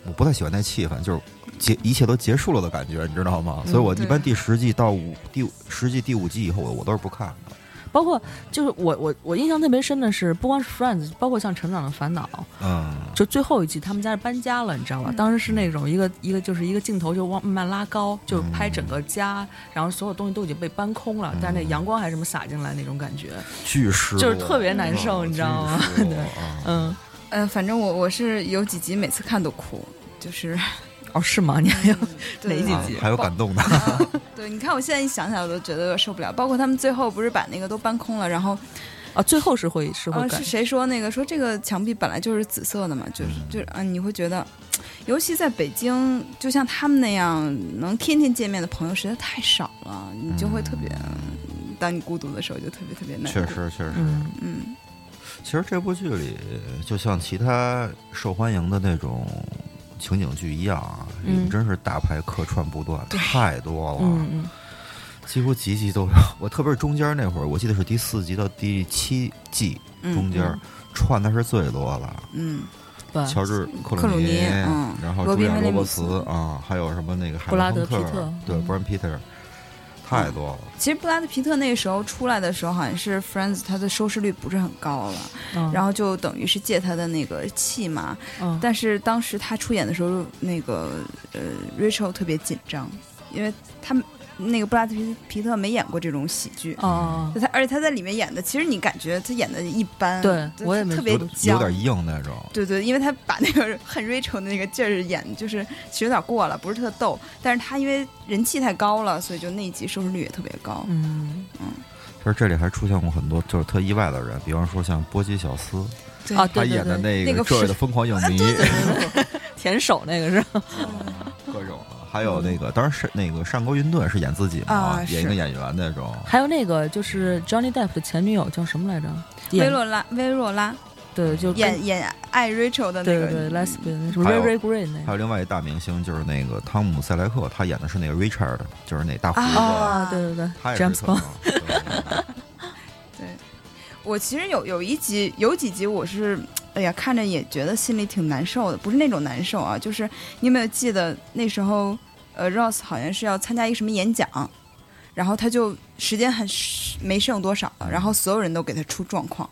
Speaker 9: 我不太喜欢那气氛，就是结一切都结束了的感觉，你知道吗？
Speaker 8: 嗯
Speaker 9: 所以我一般第十季到五第五十季第五季以后，我我都是不看的。
Speaker 8: 包括就是我我我印象特别深的是，不光是 Friends，包括像《成长的烦恼》，
Speaker 9: 嗯，
Speaker 8: 就最后一季他们家是搬家了，你知道吧？当时是那种一个一个就是一个镜头就往慢慢拉高，就拍整个家，然后所有东西都已经被搬空了，但是那阳光还什么洒进来那种感觉，
Speaker 9: 巨失落，
Speaker 8: 嗯就是特别难受
Speaker 9: 嗯啊
Speaker 8: 你知道吗
Speaker 10: [laughs]
Speaker 9: 巨失落
Speaker 8: 嗯，
Speaker 10: 呃，反正我我是有几集每次看都哭，就是
Speaker 8: 哦，是吗？你还有
Speaker 10: 对
Speaker 8: 哪几
Speaker 9: 啊
Speaker 8: 集
Speaker 9: 还有感动的，
Speaker 10: 对，你看我现在一想想，我都觉得受不了。包括他们最后不是把那个都搬空了，然后
Speaker 8: 啊？最后是会是会
Speaker 10: 啊，
Speaker 8: 感
Speaker 10: 是谁说那个说这个墙壁本来就是紫色的嘛？就是
Speaker 9: 嗯
Speaker 10: 就是啊，你会觉得，尤其在北京，就像他们那样能天天见面的朋友实在太少了，你 [laughs] 就会特别，当你孤独的时候就特别特别难。
Speaker 9: 嗯确，实确实。
Speaker 8: 嗯
Speaker 10: 嗯，
Speaker 9: 其实这部剧里，呃就像其他受欢迎的那种情景剧一样啊，
Speaker 8: 嗯
Speaker 9: 你们真是大牌客串不断，太多了，
Speaker 8: 嗯嗯
Speaker 9: 几乎集集都有。 [laughs] 我特别是中间那会儿，我记得是第四集到第七季
Speaker 10: 嗯
Speaker 9: 中间、串的是最多了。
Speaker 10: 嗯，
Speaker 8: 对，
Speaker 9: 乔治·克
Speaker 10: 克
Speaker 9: 鲁
Speaker 10: 鲁尼嗯
Speaker 9: 然后
Speaker 10: 罗
Speaker 9: 朱
Speaker 10: 宾
Speaker 9: 亚·
Speaker 10: 威
Speaker 9: 罗
Speaker 10: 廉
Speaker 9: 伯
Speaker 10: 姆斯
Speaker 9: 茨啊，还有什么那个海
Speaker 8: 布拉
Speaker 9: 伦
Speaker 8: 德
Speaker 9: 亨
Speaker 8: 皮特
Speaker 9: 对，
Speaker 8: 嗯
Speaker 9: 布兰·皮特，太多了。
Speaker 10: 其实布拉德皮特那时候出来的时候，好像是 Friends 他的收视率不是很高了，
Speaker 8: 嗯，
Speaker 10: 然后就等于是借他的那个气嘛。
Speaker 8: 嗯
Speaker 10: 但是当时他出演的时候，那个呃 Rachel 特别紧张，因为他们那个布拉德皮皮特没演过这种喜剧。
Speaker 8: 哦，
Speaker 10: 就他，而且他在里面演的，其实你感觉他演的一般，
Speaker 8: 对
Speaker 10: 就
Speaker 8: 我也
Speaker 10: 是
Speaker 8: 没
Speaker 10: 特
Speaker 8: 觉
Speaker 10: 别
Speaker 9: 有
Speaker 10: 僵，
Speaker 9: 有点硬那种，
Speaker 10: 对对，因为他把那个恨 Rachel 的那个劲儿演，就是其实有点过了，不是特逗。但是他因为人气太高了，所以就那一集收视率也特别高。
Speaker 8: 嗯
Speaker 9: 其实这里还出现过很多就是特意外的人，比方说像波基·小斯，
Speaker 10: 对
Speaker 8: 啊，
Speaker 9: 他
Speaker 8: 对对
Speaker 9: 演的
Speaker 8: 对，
Speaker 9: 那
Speaker 10: 那
Speaker 9: 个
Speaker 10: 个
Speaker 9: 《这
Speaker 10: 是
Speaker 9: 的
Speaker 10: [laughs]
Speaker 9: 疯狂影迷》
Speaker 8: 舔手那个是吧
Speaker 10: 嗯
Speaker 9: 各种的，还有那个，当然是那个上国云顿是演自己嘛，
Speaker 10: 啊
Speaker 9: 演一
Speaker 10: 是
Speaker 9: 个演员那种。
Speaker 8: 还有那个就是 Johnny Depp 的前女友叫什么来着？
Speaker 10: 薇
Speaker 8: 演
Speaker 10: 洛拉，薇洛拉
Speaker 8: 对，就跟
Speaker 10: 演演爱 Rachel 的那
Speaker 8: 对
Speaker 10: 个，
Speaker 8: 对对，lesbian 什么
Speaker 9: 还有
Speaker 8: Ray Ray Green 那
Speaker 9: 还
Speaker 8: 个
Speaker 9: 有另外一大明星就是那个汤姆·塞莱克，他演的是那个 Richard，就是那大胡子，
Speaker 10: 啊
Speaker 8: 啊，对对对
Speaker 9: 他也
Speaker 8: ，James
Speaker 9: 是
Speaker 8: Bond
Speaker 9: 特。对
Speaker 10: 我其实有有一集有几集我是，哎呀，看着也觉得心里挺难受的，不是那种难受啊，就是你有没有记得那时候，呃，Ross 好像是要参加一个什么演讲，然后他就时间很没剩多少了，然后所有人都给他出状况，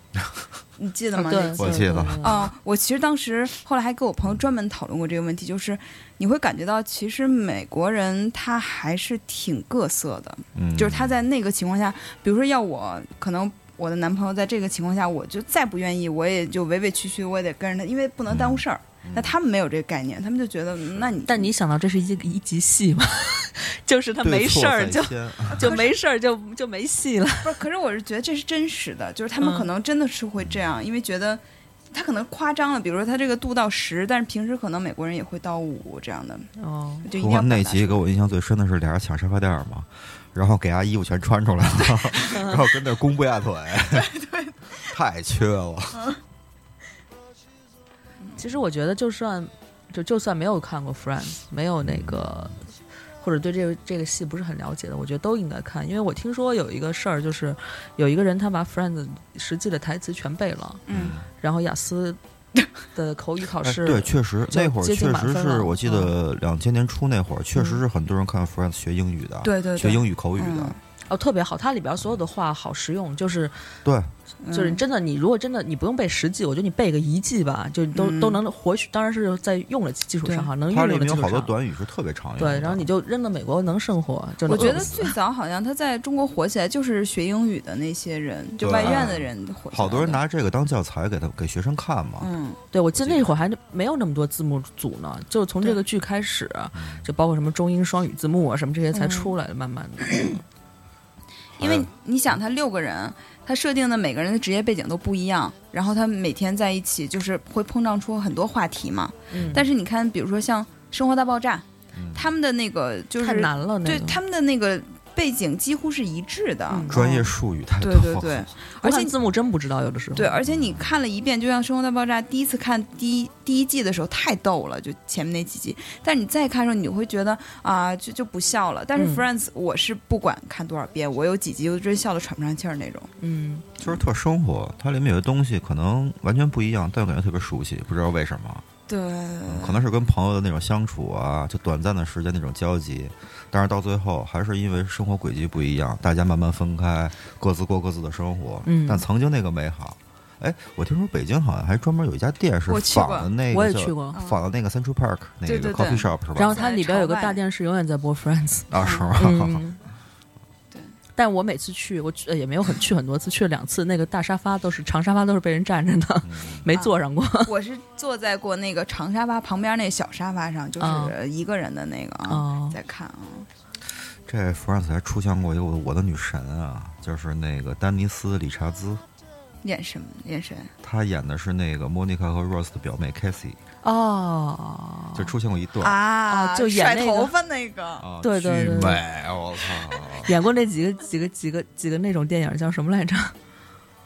Speaker 10: 你记得吗？那
Speaker 8: 啊对，嗯
Speaker 10: 集
Speaker 9: 我记得
Speaker 8: 对
Speaker 10: 啊、我其实当时后来还跟我朋友专门讨论过这个问题，就是你会感觉到，其实美国人他还是挺各色的，
Speaker 9: 嗯，
Speaker 10: [laughs] 就是他在那个情况下，比如说要我可能。我的男朋友在这个情况下，我就再不愿意，我也就委委屈屈，我也得跟着他，因为不能
Speaker 9: 嗯
Speaker 10: 耽误事儿。那他们没有这个概念，他们就觉得，嗯那你
Speaker 8: 但你想到这是一一集戏吗？ [laughs] 就是他没事儿就
Speaker 9: 对错在先
Speaker 8: 就没事儿就就没戏了。
Speaker 10: 不是，可是我是觉得这是真实的，就是他们
Speaker 8: 嗯
Speaker 10: 可能真的是会这样，因为觉得他可能夸张了，比如说他这个度到十，但是平时可能美国人也会到五这样的，
Speaker 8: 哦，
Speaker 10: 就一
Speaker 9: 不
Speaker 10: 定
Speaker 9: 过
Speaker 10: 要表
Speaker 9: 那
Speaker 10: 达
Speaker 9: 集给我印象最深的是俩人抢沙发垫儿嘛，然后给他衣服全穿出来
Speaker 8: [laughs]
Speaker 9: 了，然后跟那儿弓步压腿， [laughs] 太缺了。
Speaker 8: 其实我觉得就算就就算没有看过 Friends，没有那个或者对这个这个戏不是很了解的，我觉得都应该看，因为我听说有一个事儿，就是有一个人他把 Friends 实际的台词全背了，
Speaker 10: 嗯，
Speaker 8: 然后雅思的口语考
Speaker 9: 哎
Speaker 8: 试、
Speaker 9: 对，确实
Speaker 8: 就
Speaker 9: 那会儿
Speaker 8: 接
Speaker 9: 确
Speaker 8: 近满
Speaker 9: 实
Speaker 8: 分
Speaker 9: 是
Speaker 8: 了嗯
Speaker 9: 我记得两千年初那会儿，确实是很多人看 Friends 学英语的，
Speaker 10: 对对
Speaker 9: 学
Speaker 10: 对
Speaker 9: 英语口语的
Speaker 10: 嗯，
Speaker 8: 哦特别好，它里边所有的话好实用，就是
Speaker 9: 对，
Speaker 8: 就是
Speaker 10: 嗯
Speaker 8: 真的，你如果真的你不用背十记，我觉得你背个一记吧，就都、
Speaker 10: 嗯
Speaker 8: 都能活许，当然是在用的基础上哈，能运
Speaker 9: 它
Speaker 8: 用
Speaker 9: 里
Speaker 8: 的
Speaker 9: 面
Speaker 8: 基
Speaker 9: 有
Speaker 8: 础
Speaker 9: 好多
Speaker 8: 上。
Speaker 9: 短语是特别常用的。
Speaker 8: 对，然后你就扔到美国能生活，就
Speaker 10: 我
Speaker 8: 能
Speaker 10: 觉得
Speaker 8: 饿死
Speaker 10: 最早好像他在中国火起来就是学英语的那些人，就
Speaker 9: 对啊
Speaker 10: 外院的人火起来的
Speaker 9: 好
Speaker 8: 嗯
Speaker 9: 多人拿这个当教材给他给学生看嘛。
Speaker 10: 嗯
Speaker 8: 对我记得
Speaker 9: 我记
Speaker 8: 那会儿还没有那么多字幕组呢，就是从这个剧开始，啊
Speaker 9: 嗯
Speaker 8: 就包括什么中英双语字
Speaker 10: 嗯 [clears throat]
Speaker 8: 幕啊什么这些才出来的，慢慢的。
Speaker 10: 因为你想，他六个人，他设定的每个人的职业背景都不一样，然后他们每天在一起就是会碰撞出很多话题嘛。
Speaker 8: 嗯
Speaker 10: 但是你看，比如说像《生活大爆炸》
Speaker 9: 嗯，
Speaker 10: 他们的那个就是
Speaker 8: 太难了，那
Speaker 10: 对
Speaker 8: 个
Speaker 10: 他们的那个背景几乎是一致的，
Speaker 8: 嗯
Speaker 9: 专业术语太多
Speaker 10: 对对
Speaker 9: 了。
Speaker 10: 对，
Speaker 8: 我
Speaker 10: 而
Speaker 8: 看
Speaker 10: 且
Speaker 8: 字幕真不知道有的时候。
Speaker 10: 对，而且你看了一遍，就像《生活大爆炸》第一次看第一第一季的时候太逗了，就前面那几集，但你再看的时候，你会觉得啊、就就不笑了。但是
Speaker 8: 嗯
Speaker 10: Friends 我是不管看多少遍，我有几集就真笑的喘不上气儿那种。
Speaker 8: 嗯，
Speaker 9: 就是特生活，它里面有些东西可能完全不一样，但我感觉特别熟悉，不知道为什么，
Speaker 10: 对，
Speaker 9: 嗯可能是跟朋友的那种相处啊，就短暂的时间那种交集，但是到最后还是因为生活轨迹不一样，大家慢慢分开，各自过各自的生活。
Speaker 8: 嗯
Speaker 9: 但曾经那个美好，哎，我听说北京好像还专门有一家店是
Speaker 10: 我去
Speaker 9: 仿
Speaker 10: 过
Speaker 9: 的那个，
Speaker 8: 我也去。过。
Speaker 9: 仿的那个 Central Park 那
Speaker 10: 对
Speaker 9: 个
Speaker 10: 对对
Speaker 9: coffee shop 是吧？
Speaker 8: 然后它里边有个
Speaker 10: 在朝外
Speaker 8: 大电视，永远在播 Friends。
Speaker 9: 啊是吗？
Speaker 8: 嗯，
Speaker 10: 对。
Speaker 8: 但我每次去，我去呃也没有很去很多次，去了两次，那个大沙发都是长沙发都是被人占着的，
Speaker 9: 嗯
Speaker 8: [laughs] 没坐上过。
Speaker 10: 我是坐在过那个长沙发旁边那小沙发上，就
Speaker 8: 哦
Speaker 10: 是一个人的那个
Speaker 8: 哦
Speaker 10: 啊，在看啊。
Speaker 9: [laughs] 这弗兰斯还出现过一个我的我的女神啊，就是那个丹尼斯·理查兹，
Speaker 10: 演什么？演谁？
Speaker 9: 她演的是那个莫妮卡和 Rose 的表妹 Cassie，
Speaker 8: 哦，
Speaker 9: 就出现过一段
Speaker 10: 啊
Speaker 8: 就演
Speaker 10: 甩
Speaker 8: 那个
Speaker 10: 头发那个。
Speaker 9: 啊，
Speaker 8: 对对
Speaker 9: 巨
Speaker 8: 对对
Speaker 9: 美，哎我操！
Speaker 8: 演过那几个几个几个几个那种电影叫什么来着？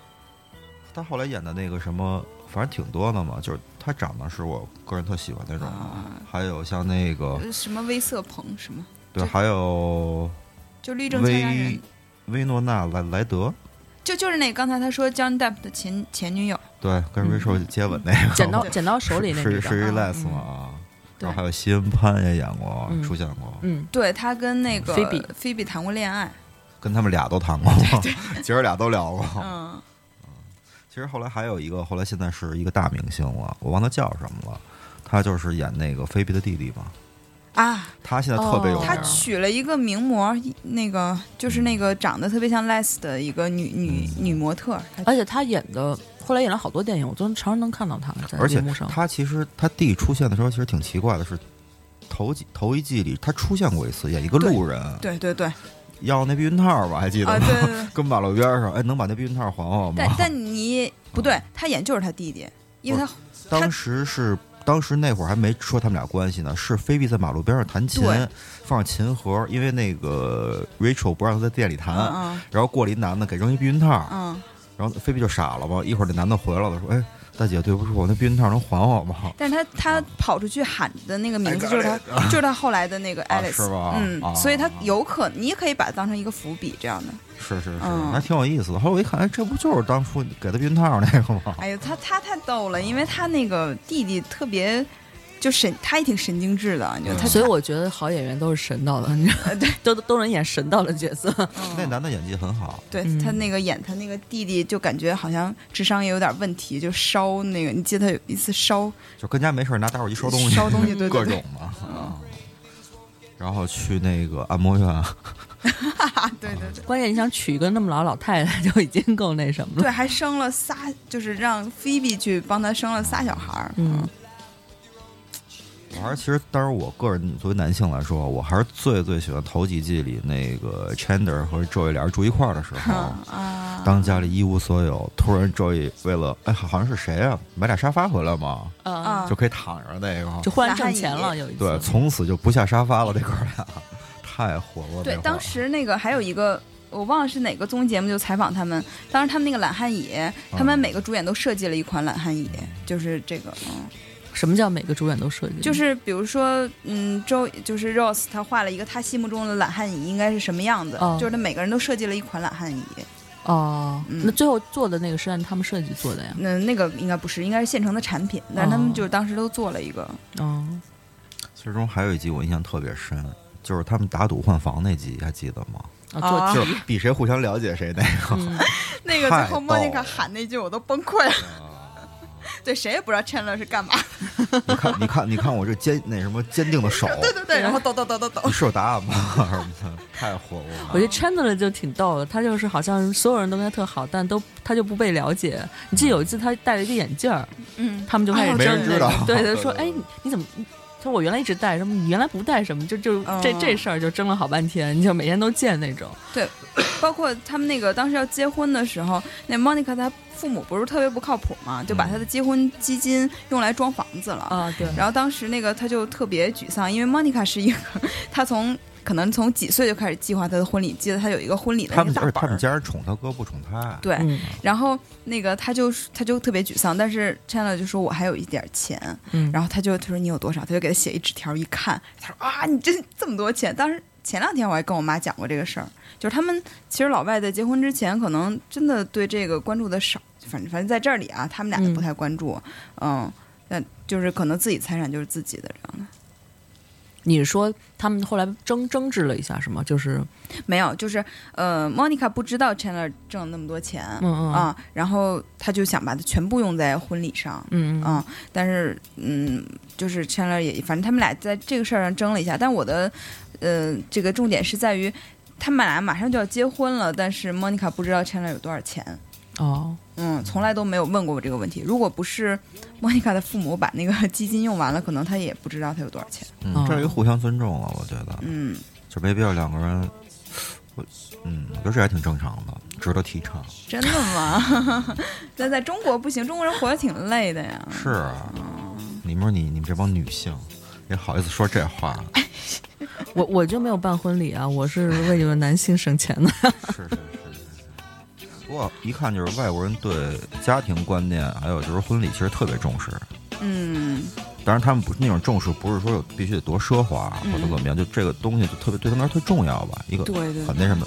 Speaker 9: [laughs] 她后来演的那个什么，反正挺多的嘛，就是她长得是我个人特喜欢那种，
Speaker 10: 啊
Speaker 9: 还有像那个
Speaker 10: 呃什么威瑟鹏什么，
Speaker 9: 对，
Speaker 10: 这
Speaker 9: 还有
Speaker 10: 就律政参加人
Speaker 9: 薇，薇诺娜莱莱德，
Speaker 10: 就就是那个刚才他说 John Depp 的前前女友，
Speaker 9: 对，跟
Speaker 8: 嗯
Speaker 9: Rachel 接吻那个，
Speaker 8: 剪刀
Speaker 10: 对
Speaker 8: 剪刀手里那
Speaker 9: 是
Speaker 8: 女
Speaker 9: 是是
Speaker 8: 的，
Speaker 9: 一 less 嘛啊，然后还有西恩潘也演过，
Speaker 8: 嗯
Speaker 9: 出现过，
Speaker 8: 嗯，
Speaker 10: 对他跟那个
Speaker 8: 菲比
Speaker 10: 菲比谈过恋爱，
Speaker 9: 跟他们俩都谈过，姐儿俩都聊过。
Speaker 10: 嗯，
Speaker 9: 其实后来还有一个，后来现在是一个大明星了，我忘他叫什么了。他就是演那个菲比的弟弟嘛，
Speaker 10: 啊，
Speaker 9: 他现在特别有
Speaker 8: 哦
Speaker 9: 名
Speaker 10: 他
Speaker 9: 儿。
Speaker 10: 娶了一个名模，一那个就是那个长得特别像 Les 的一个女女女模特，她
Speaker 8: 而且她演的后来演了好多电影，我都常常能看到她在
Speaker 9: 而
Speaker 8: 荧
Speaker 9: 且
Speaker 8: 幕上。
Speaker 9: 他其实他弟出现的时候，其实挺奇怪的是，头几头一季里他出现过一次，演一个路人，
Speaker 10: 对对对，
Speaker 9: 要那避孕套吧，还记得
Speaker 10: 啊
Speaker 9: 吗？
Speaker 10: 对对对，
Speaker 9: [laughs] 跟马路边儿上，哎，能把那避孕套还我吗
Speaker 10: 但？但你不对，他演就是他弟弟，因为他他
Speaker 9: 当时是当时那会儿还没说他们俩关系呢，是菲比在马路边上弹琴
Speaker 10: 对，
Speaker 9: 放琴盒，因为那个 Rachel 不让她在店里弹，
Speaker 10: 嗯
Speaker 9: 然后过了一男的给扔一避孕套，
Speaker 10: 嗯嗯，
Speaker 9: 然后菲比就傻了嘛。一会儿那男的回来了，说：“哎，大姐，对不住，我那避孕套能还我吗
Speaker 10: 但是他他跑出去喊的那个名字就是他就是他后来的那个
Speaker 9: 哎啊
Speaker 10: Alice，
Speaker 9: 是吧啊
Speaker 10: 嗯，所以他有可你也可以把它当成一个伏笔这样的。？”
Speaker 9: 是是是，
Speaker 10: 嗯
Speaker 9: 还挺有意思的。后来我一看，哎，这不就是当初给他避孕套那个吗？
Speaker 10: 哎呀，他他太逗了，因为他那个弟弟特别就神，他也挺神经质的，啊你觉得他？
Speaker 8: 所以我觉得好演员都是神
Speaker 9: [laughs]
Speaker 8: 到的，你知道，对， [laughs] 都都能演神到的角色。 [laughs]
Speaker 10: 嗯
Speaker 9: 那男的演技很好，
Speaker 10: 对
Speaker 8: 嗯
Speaker 10: 他那个演他那个弟弟，就感觉好像智商也有点问题，就烧那个，你记得他有一次烧 [laughs]
Speaker 9: 就跟家没事儿拿打火机烧东西，
Speaker 10: 烧东西，对嗯
Speaker 9: 各
Speaker 10: 对对
Speaker 9: 种嘛。啊然后去那个按摩院，
Speaker 10: 啊，对对对。
Speaker 8: 关键你想娶一个那么老老太太就已经够那什么
Speaker 10: 对，
Speaker 8: 了。
Speaker 10: 还生了仨，就是让菲比去帮他生了仨小孩儿。
Speaker 8: 嗯，
Speaker 9: 我还是其实，当然，我个人作为男性来说，我还是最最喜欢头几季里那个 Chandler 和 Joey 俩人住一块儿的时候，
Speaker 10: [laughs] 啊，
Speaker 9: 当家里一无所有，突然 Joey 为了哎好像是谁啊，买俩沙发回来嘛，
Speaker 8: 啊，
Speaker 10: 啊
Speaker 9: 就可以躺着那个，
Speaker 8: 就忽然挣钱了，有一次。
Speaker 9: 对，从此就不下沙发了，这哥俩 [laughs] 太火了。
Speaker 10: 对
Speaker 9: 那会儿，
Speaker 10: 当时那个还有一个。我忘了是哪个综艺节目，就采访他们。当时他们那个懒汉椅，他
Speaker 9: 哦嗯
Speaker 10: 们每个主演都设计了一款懒汉椅，就是这个，嗯，
Speaker 8: 什么叫每个主演都设计？
Speaker 10: 就是比如说，嗯，周就是 Rose，她画了一个她心目中的懒汉椅应该是什么样子，
Speaker 8: 哦
Speaker 10: 就是她每个人都设计了一款懒汉椅。
Speaker 8: 哦，
Speaker 10: 嗯
Speaker 8: 那最后做的那个是按他们设计做的呀。
Speaker 10: 那那个应该不是，应该是现成的产品，但是他
Speaker 8: 哦
Speaker 10: 们就是当时都做了一个，
Speaker 8: 哦，
Speaker 9: 其中还有一集我印象特别深，就是他们打赌换房那集，还记得吗？
Speaker 8: 啊
Speaker 10: 哦
Speaker 8: 做
Speaker 9: 就是比谁互相了解谁那个。
Speaker 8: 嗯
Speaker 10: 那个最后莫妮
Speaker 9: 太逗
Speaker 10: 卡
Speaker 9: 了
Speaker 10: 喊那句我都崩溃了， [laughs] 对，谁也不知道 Chandler 是干嘛，
Speaker 9: [laughs] 你看，你看，你看我这坚那什么坚定的手，
Speaker 10: 对对对，然后抖抖抖抖抖
Speaker 9: 你，是有答 [laughs] 案吗？什么的，太火了。
Speaker 8: 我觉得 Chandler 就挺逗的，他就是好像所有人都跟他特好，但都他就不被了解。你记得有一次他戴了一个眼镜儿，
Speaker 10: 嗯，
Speaker 8: 他们就开始
Speaker 10: 哦
Speaker 8: 争
Speaker 10: 没人知
Speaker 8: 那个
Speaker 9: 道
Speaker 10: [laughs]
Speaker 8: 对，他
Speaker 9: 对
Speaker 8: 说：“哎，
Speaker 9: 对
Speaker 8: 你你怎么他说我原来一直带什么，你原来不带什么，就就
Speaker 10: 嗯
Speaker 8: 这这事儿就争了好半
Speaker 10: 哦
Speaker 8: 天，就每天都见那种。
Speaker 10: 包括他们那个当时要结婚的时候，那 Monica 她父母不是特别不靠谱
Speaker 9: 嗯
Speaker 10: 嘛，就把她的结婚基金用来装房子了。
Speaker 8: 啊，对
Speaker 10: 然后当时那个她就特别沮丧，因为 Monica 是一个，她从可能从几岁就开始计划她的婚礼，记得她有一个婚礼的
Speaker 9: 他
Speaker 10: 那
Speaker 9: 们
Speaker 10: 个
Speaker 9: 而
Speaker 10: 大
Speaker 9: 且他
Speaker 10: 本
Speaker 9: 们
Speaker 10: 儿。
Speaker 9: 家人宠他哥不宠他，
Speaker 10: 对，
Speaker 8: 嗯
Speaker 10: 然后那个她就她就特别沮丧，但是 Chandler 就说我还有一点钱，
Speaker 8: 嗯，
Speaker 10: 然后他就他说你有多少，他就给他写一纸条，一看，他说啊，你这这么多钱。当时前两天我还跟我妈讲过这个事儿，就是他们其实老外在结婚之前，可能真的对这个关注的少，反正反正在这里啊，他们俩都不太关注，嗯，但就是可能自己财产就是自己的这样的，
Speaker 8: 你是说他们后来争争执了一下是吗？就是
Speaker 10: 没有，就是呃，Monica 不知道 Chandler 挣了那么多钱，
Speaker 8: 嗯嗯
Speaker 10: 啊，然后他就想把它全部用在婚礼上，
Speaker 8: 嗯
Speaker 10: 嗯，但是嗯，就是 Chandler 也，反正他们俩在这个事儿上争了一下。但我的呃，这个重点是在于他们俩马上就要结婚了，但是 Monica 不知道 Chandler 有多少钱。
Speaker 8: 哦，
Speaker 10: 嗯，从来都没有问过我这个问题。如果不是 Monica 的父母把那个 [laughs] 基金用完了，可能他也不知道他有多少钱。
Speaker 9: 嗯
Speaker 8: 哦，
Speaker 9: 这是一个互相尊重了，我觉得
Speaker 10: 嗯，
Speaker 9: 就没必要两个人，我嗯，我觉得这还挺正常的，值得提倡。
Speaker 10: 真的 [laughs] 吗？那在中国不行，中国人活得挺累的呀。
Speaker 9: 是啊，你们说你你们这帮女性也好意思说这话，
Speaker 8: 我我就没有办婚礼啊，我是为你们男性省钱的。 [laughs]
Speaker 9: 是是是是是。不过一看就是外国人对家庭观念，还有就是婚礼其实特别重视。
Speaker 10: 嗯
Speaker 9: 当然，他们不那种重视，不是说有必须得多奢华啊或
Speaker 8: 嗯
Speaker 9: 者怎么样，就这个东西就特别对他们来说特重要吧，一个
Speaker 10: 对对
Speaker 9: 很那什么。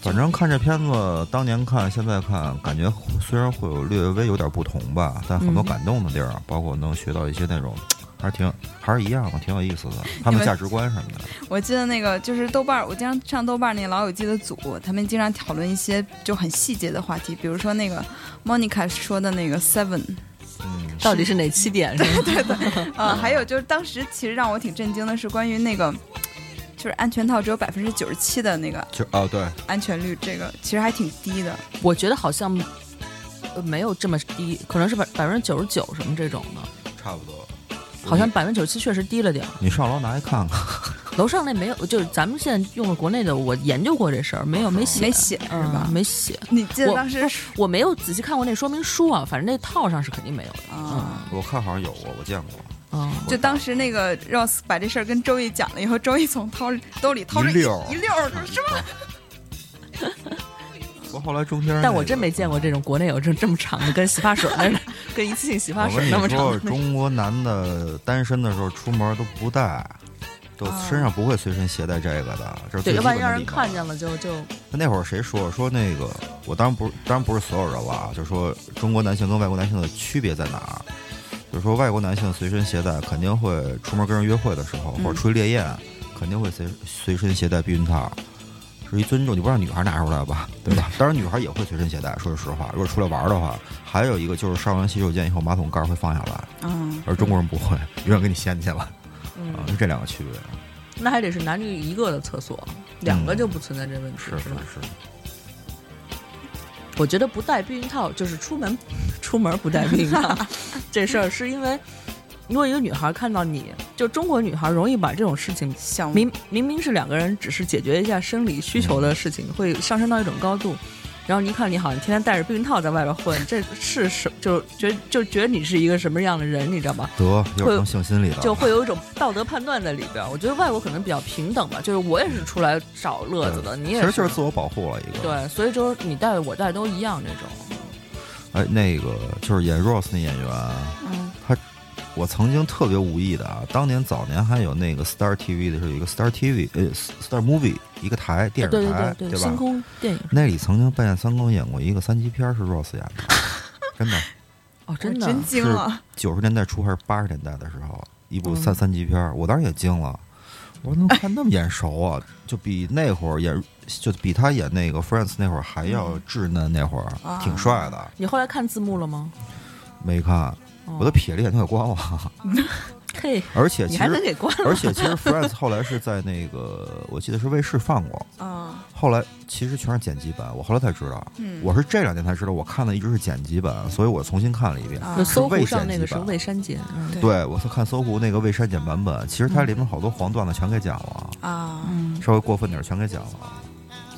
Speaker 9: 反正看这片子，当年看，现在看，感觉虽然会有略微有点不同吧，但很多
Speaker 8: 嗯
Speaker 9: 感动的地儿，包括能学到一些那种，还是挺还是一样的，挺有意思的。他们
Speaker 10: 你们
Speaker 9: 价值观什么的，
Speaker 8: 嗯
Speaker 10: 我记得那个就是豆瓣儿，我经常上豆瓣儿那个老友记的组，他们经常讨论一些就很细节的话题，比如说那个 Monica 说的那个 Seven，
Speaker 9: 嗯，
Speaker 8: 到底是哪七点？是吗？
Speaker 10: 呃，还有就是当时其实让我挺震惊的是关于那个。就是安全套只有百分之九十七的那个
Speaker 9: 就哦对，
Speaker 10: 安全率，这个其实还挺低的。
Speaker 8: 我觉得好像呃没有这么低，可能是百百分之九十九什么这种的，
Speaker 9: 差不多。
Speaker 8: 好像百分之九十七确实低了点儿。
Speaker 9: 你上楼拿一看看，
Speaker 8: 楼上那没有，就是咱们现在用的国内的，我研究过这事儿，没有没写
Speaker 10: 没写是
Speaker 8: 嗯
Speaker 10: 吧？
Speaker 8: 没写，
Speaker 10: 你记得
Speaker 8: 我
Speaker 10: 当时
Speaker 8: 我没有仔细看过那说明书啊，反正那套上是肯定没有的。
Speaker 10: 啊，
Speaker 9: 我看好像有过，我见过。
Speaker 8: 嗯，
Speaker 10: 就当时那个 Rose 把这事儿跟周易讲了以后，周易从掏兜里掏出
Speaker 9: 一溜儿
Speaker 8: [laughs]
Speaker 10: 一溜儿是吧？
Speaker 9: 不过后来中间那个，
Speaker 8: 但我真没见过这种国内有这这么长的， [laughs] 跟洗发水那跟一次性洗发
Speaker 9: 我跟
Speaker 8: 水
Speaker 9: 你
Speaker 8: 啊那么长
Speaker 9: 说，
Speaker 8: 的那。
Speaker 9: 中国男的单身的时候出门都不带，都身上不会随身携带这个的，这是
Speaker 8: 嗯对，
Speaker 9: 最基
Speaker 8: 要不然
Speaker 9: 本
Speaker 8: 让
Speaker 9: 的礼
Speaker 8: 人
Speaker 9: 貌
Speaker 8: 看。见了就就
Speaker 9: 那会儿谁说说那个？我当然不是，当然不是所有人了啊，就是说中国男性跟外国男性的区别在哪儿？就是说外国男性随身携带肯定会出门跟人约会的时候，
Speaker 8: 嗯
Speaker 9: 或者出去烈焰，肯定会随随身携带避孕套。是一尊重，你不让女孩拿出来吧，对吧？当然，女孩也会随身携带。说实话，如果出来玩的话，还有一个就是上完洗手间以后，马桶盖会放下来，
Speaker 10: 嗯，
Speaker 9: 而中国人不会，永远给你掀去了
Speaker 8: 嗯
Speaker 9: 啊，，是这两个区别。
Speaker 8: 那还得是男女一个的厕所，两个就不存在这问题，
Speaker 9: 嗯是是
Speaker 8: 吧？
Speaker 9: 是，
Speaker 8: 我觉得不戴避孕套就是出门 [laughs] 出门不戴避孕 [laughs] 套这事儿，是因为如果一个女孩看到你，就中国女孩容易把这种事情
Speaker 10: 小
Speaker 8: 明明明是两个人只是解决一下生理需求
Speaker 9: 嗯
Speaker 8: 的事情，会上升到一种高度。然后你一看你好像天天戴着避孕套在外边混，这是什就觉就觉得你是一个什么样的人，你知道吗？
Speaker 9: 得又
Speaker 8: 会
Speaker 9: 成性心理了，
Speaker 8: 就会有一种道德判断在里边儿。我觉得外国可能比较平等吧，就是我也是出来找乐子的，你
Speaker 9: 嗯其
Speaker 8: 也
Speaker 9: 实就是自我保护了一个。，
Speaker 8: 对，所以就是你带我带都一样这种。
Speaker 9: 哎，那个就是演 Rose 那演员，
Speaker 8: 嗯
Speaker 9: 他我曾经特别无意的啊，当年早年还有那个 Star TV 的时候，有一个 Star TV 呃 Star Movie 一个台电
Speaker 8: 啊对
Speaker 9: 视
Speaker 8: 对
Speaker 9: 台，
Speaker 8: 对对，星
Speaker 9: 吧？
Speaker 8: 空电影
Speaker 9: 那里曾经半夜三更演过一个三级片儿，是 Rose 演
Speaker 8: [laughs]
Speaker 9: 的，真的。
Speaker 8: 哦，真的
Speaker 10: 真惊
Speaker 9: 是
Speaker 10: 了。
Speaker 9: 九十年代初还是八十年代的时候，一部
Speaker 8: 嗯
Speaker 9: 三三级片儿，我当时也惊了，我说能看那么眼熟啊，就比那会儿演，就比他演那个 Friends 那会儿还要稚嫩，那会儿、
Speaker 10: 啊
Speaker 9: 挺帅的，
Speaker 8: 你后来看字幕了吗？
Speaker 9: 没看，
Speaker 8: 哦
Speaker 9: 我都瞥了一眼就给关了。 [laughs]
Speaker 8: 嘿，
Speaker 9: 而且呃其
Speaker 8: 你还能
Speaker 9: 实，
Speaker 8: 给关了
Speaker 9: 而且其实 Friends 后来是在那个，我记得是卫视放过，
Speaker 10: 啊，
Speaker 9: 后来其实全是剪辑版，我后来才知道，
Speaker 10: 嗯，
Speaker 9: 我是这两天才知道，我看的一直是剪辑版，所以我重新看了一遍。
Speaker 10: 啊
Speaker 8: 就搜
Speaker 9: 未
Speaker 8: 狐上
Speaker 9: 剪
Speaker 8: 那
Speaker 9: 辑
Speaker 8: 个是
Speaker 9: 版
Speaker 8: 未删减，嗯
Speaker 10: 对
Speaker 9: 对，我是看搜狐那个未删减版本，其实它里面好多黄段子全给剪了，
Speaker 10: 啊，
Speaker 8: 嗯，
Speaker 9: 稍微过分点儿全给剪了。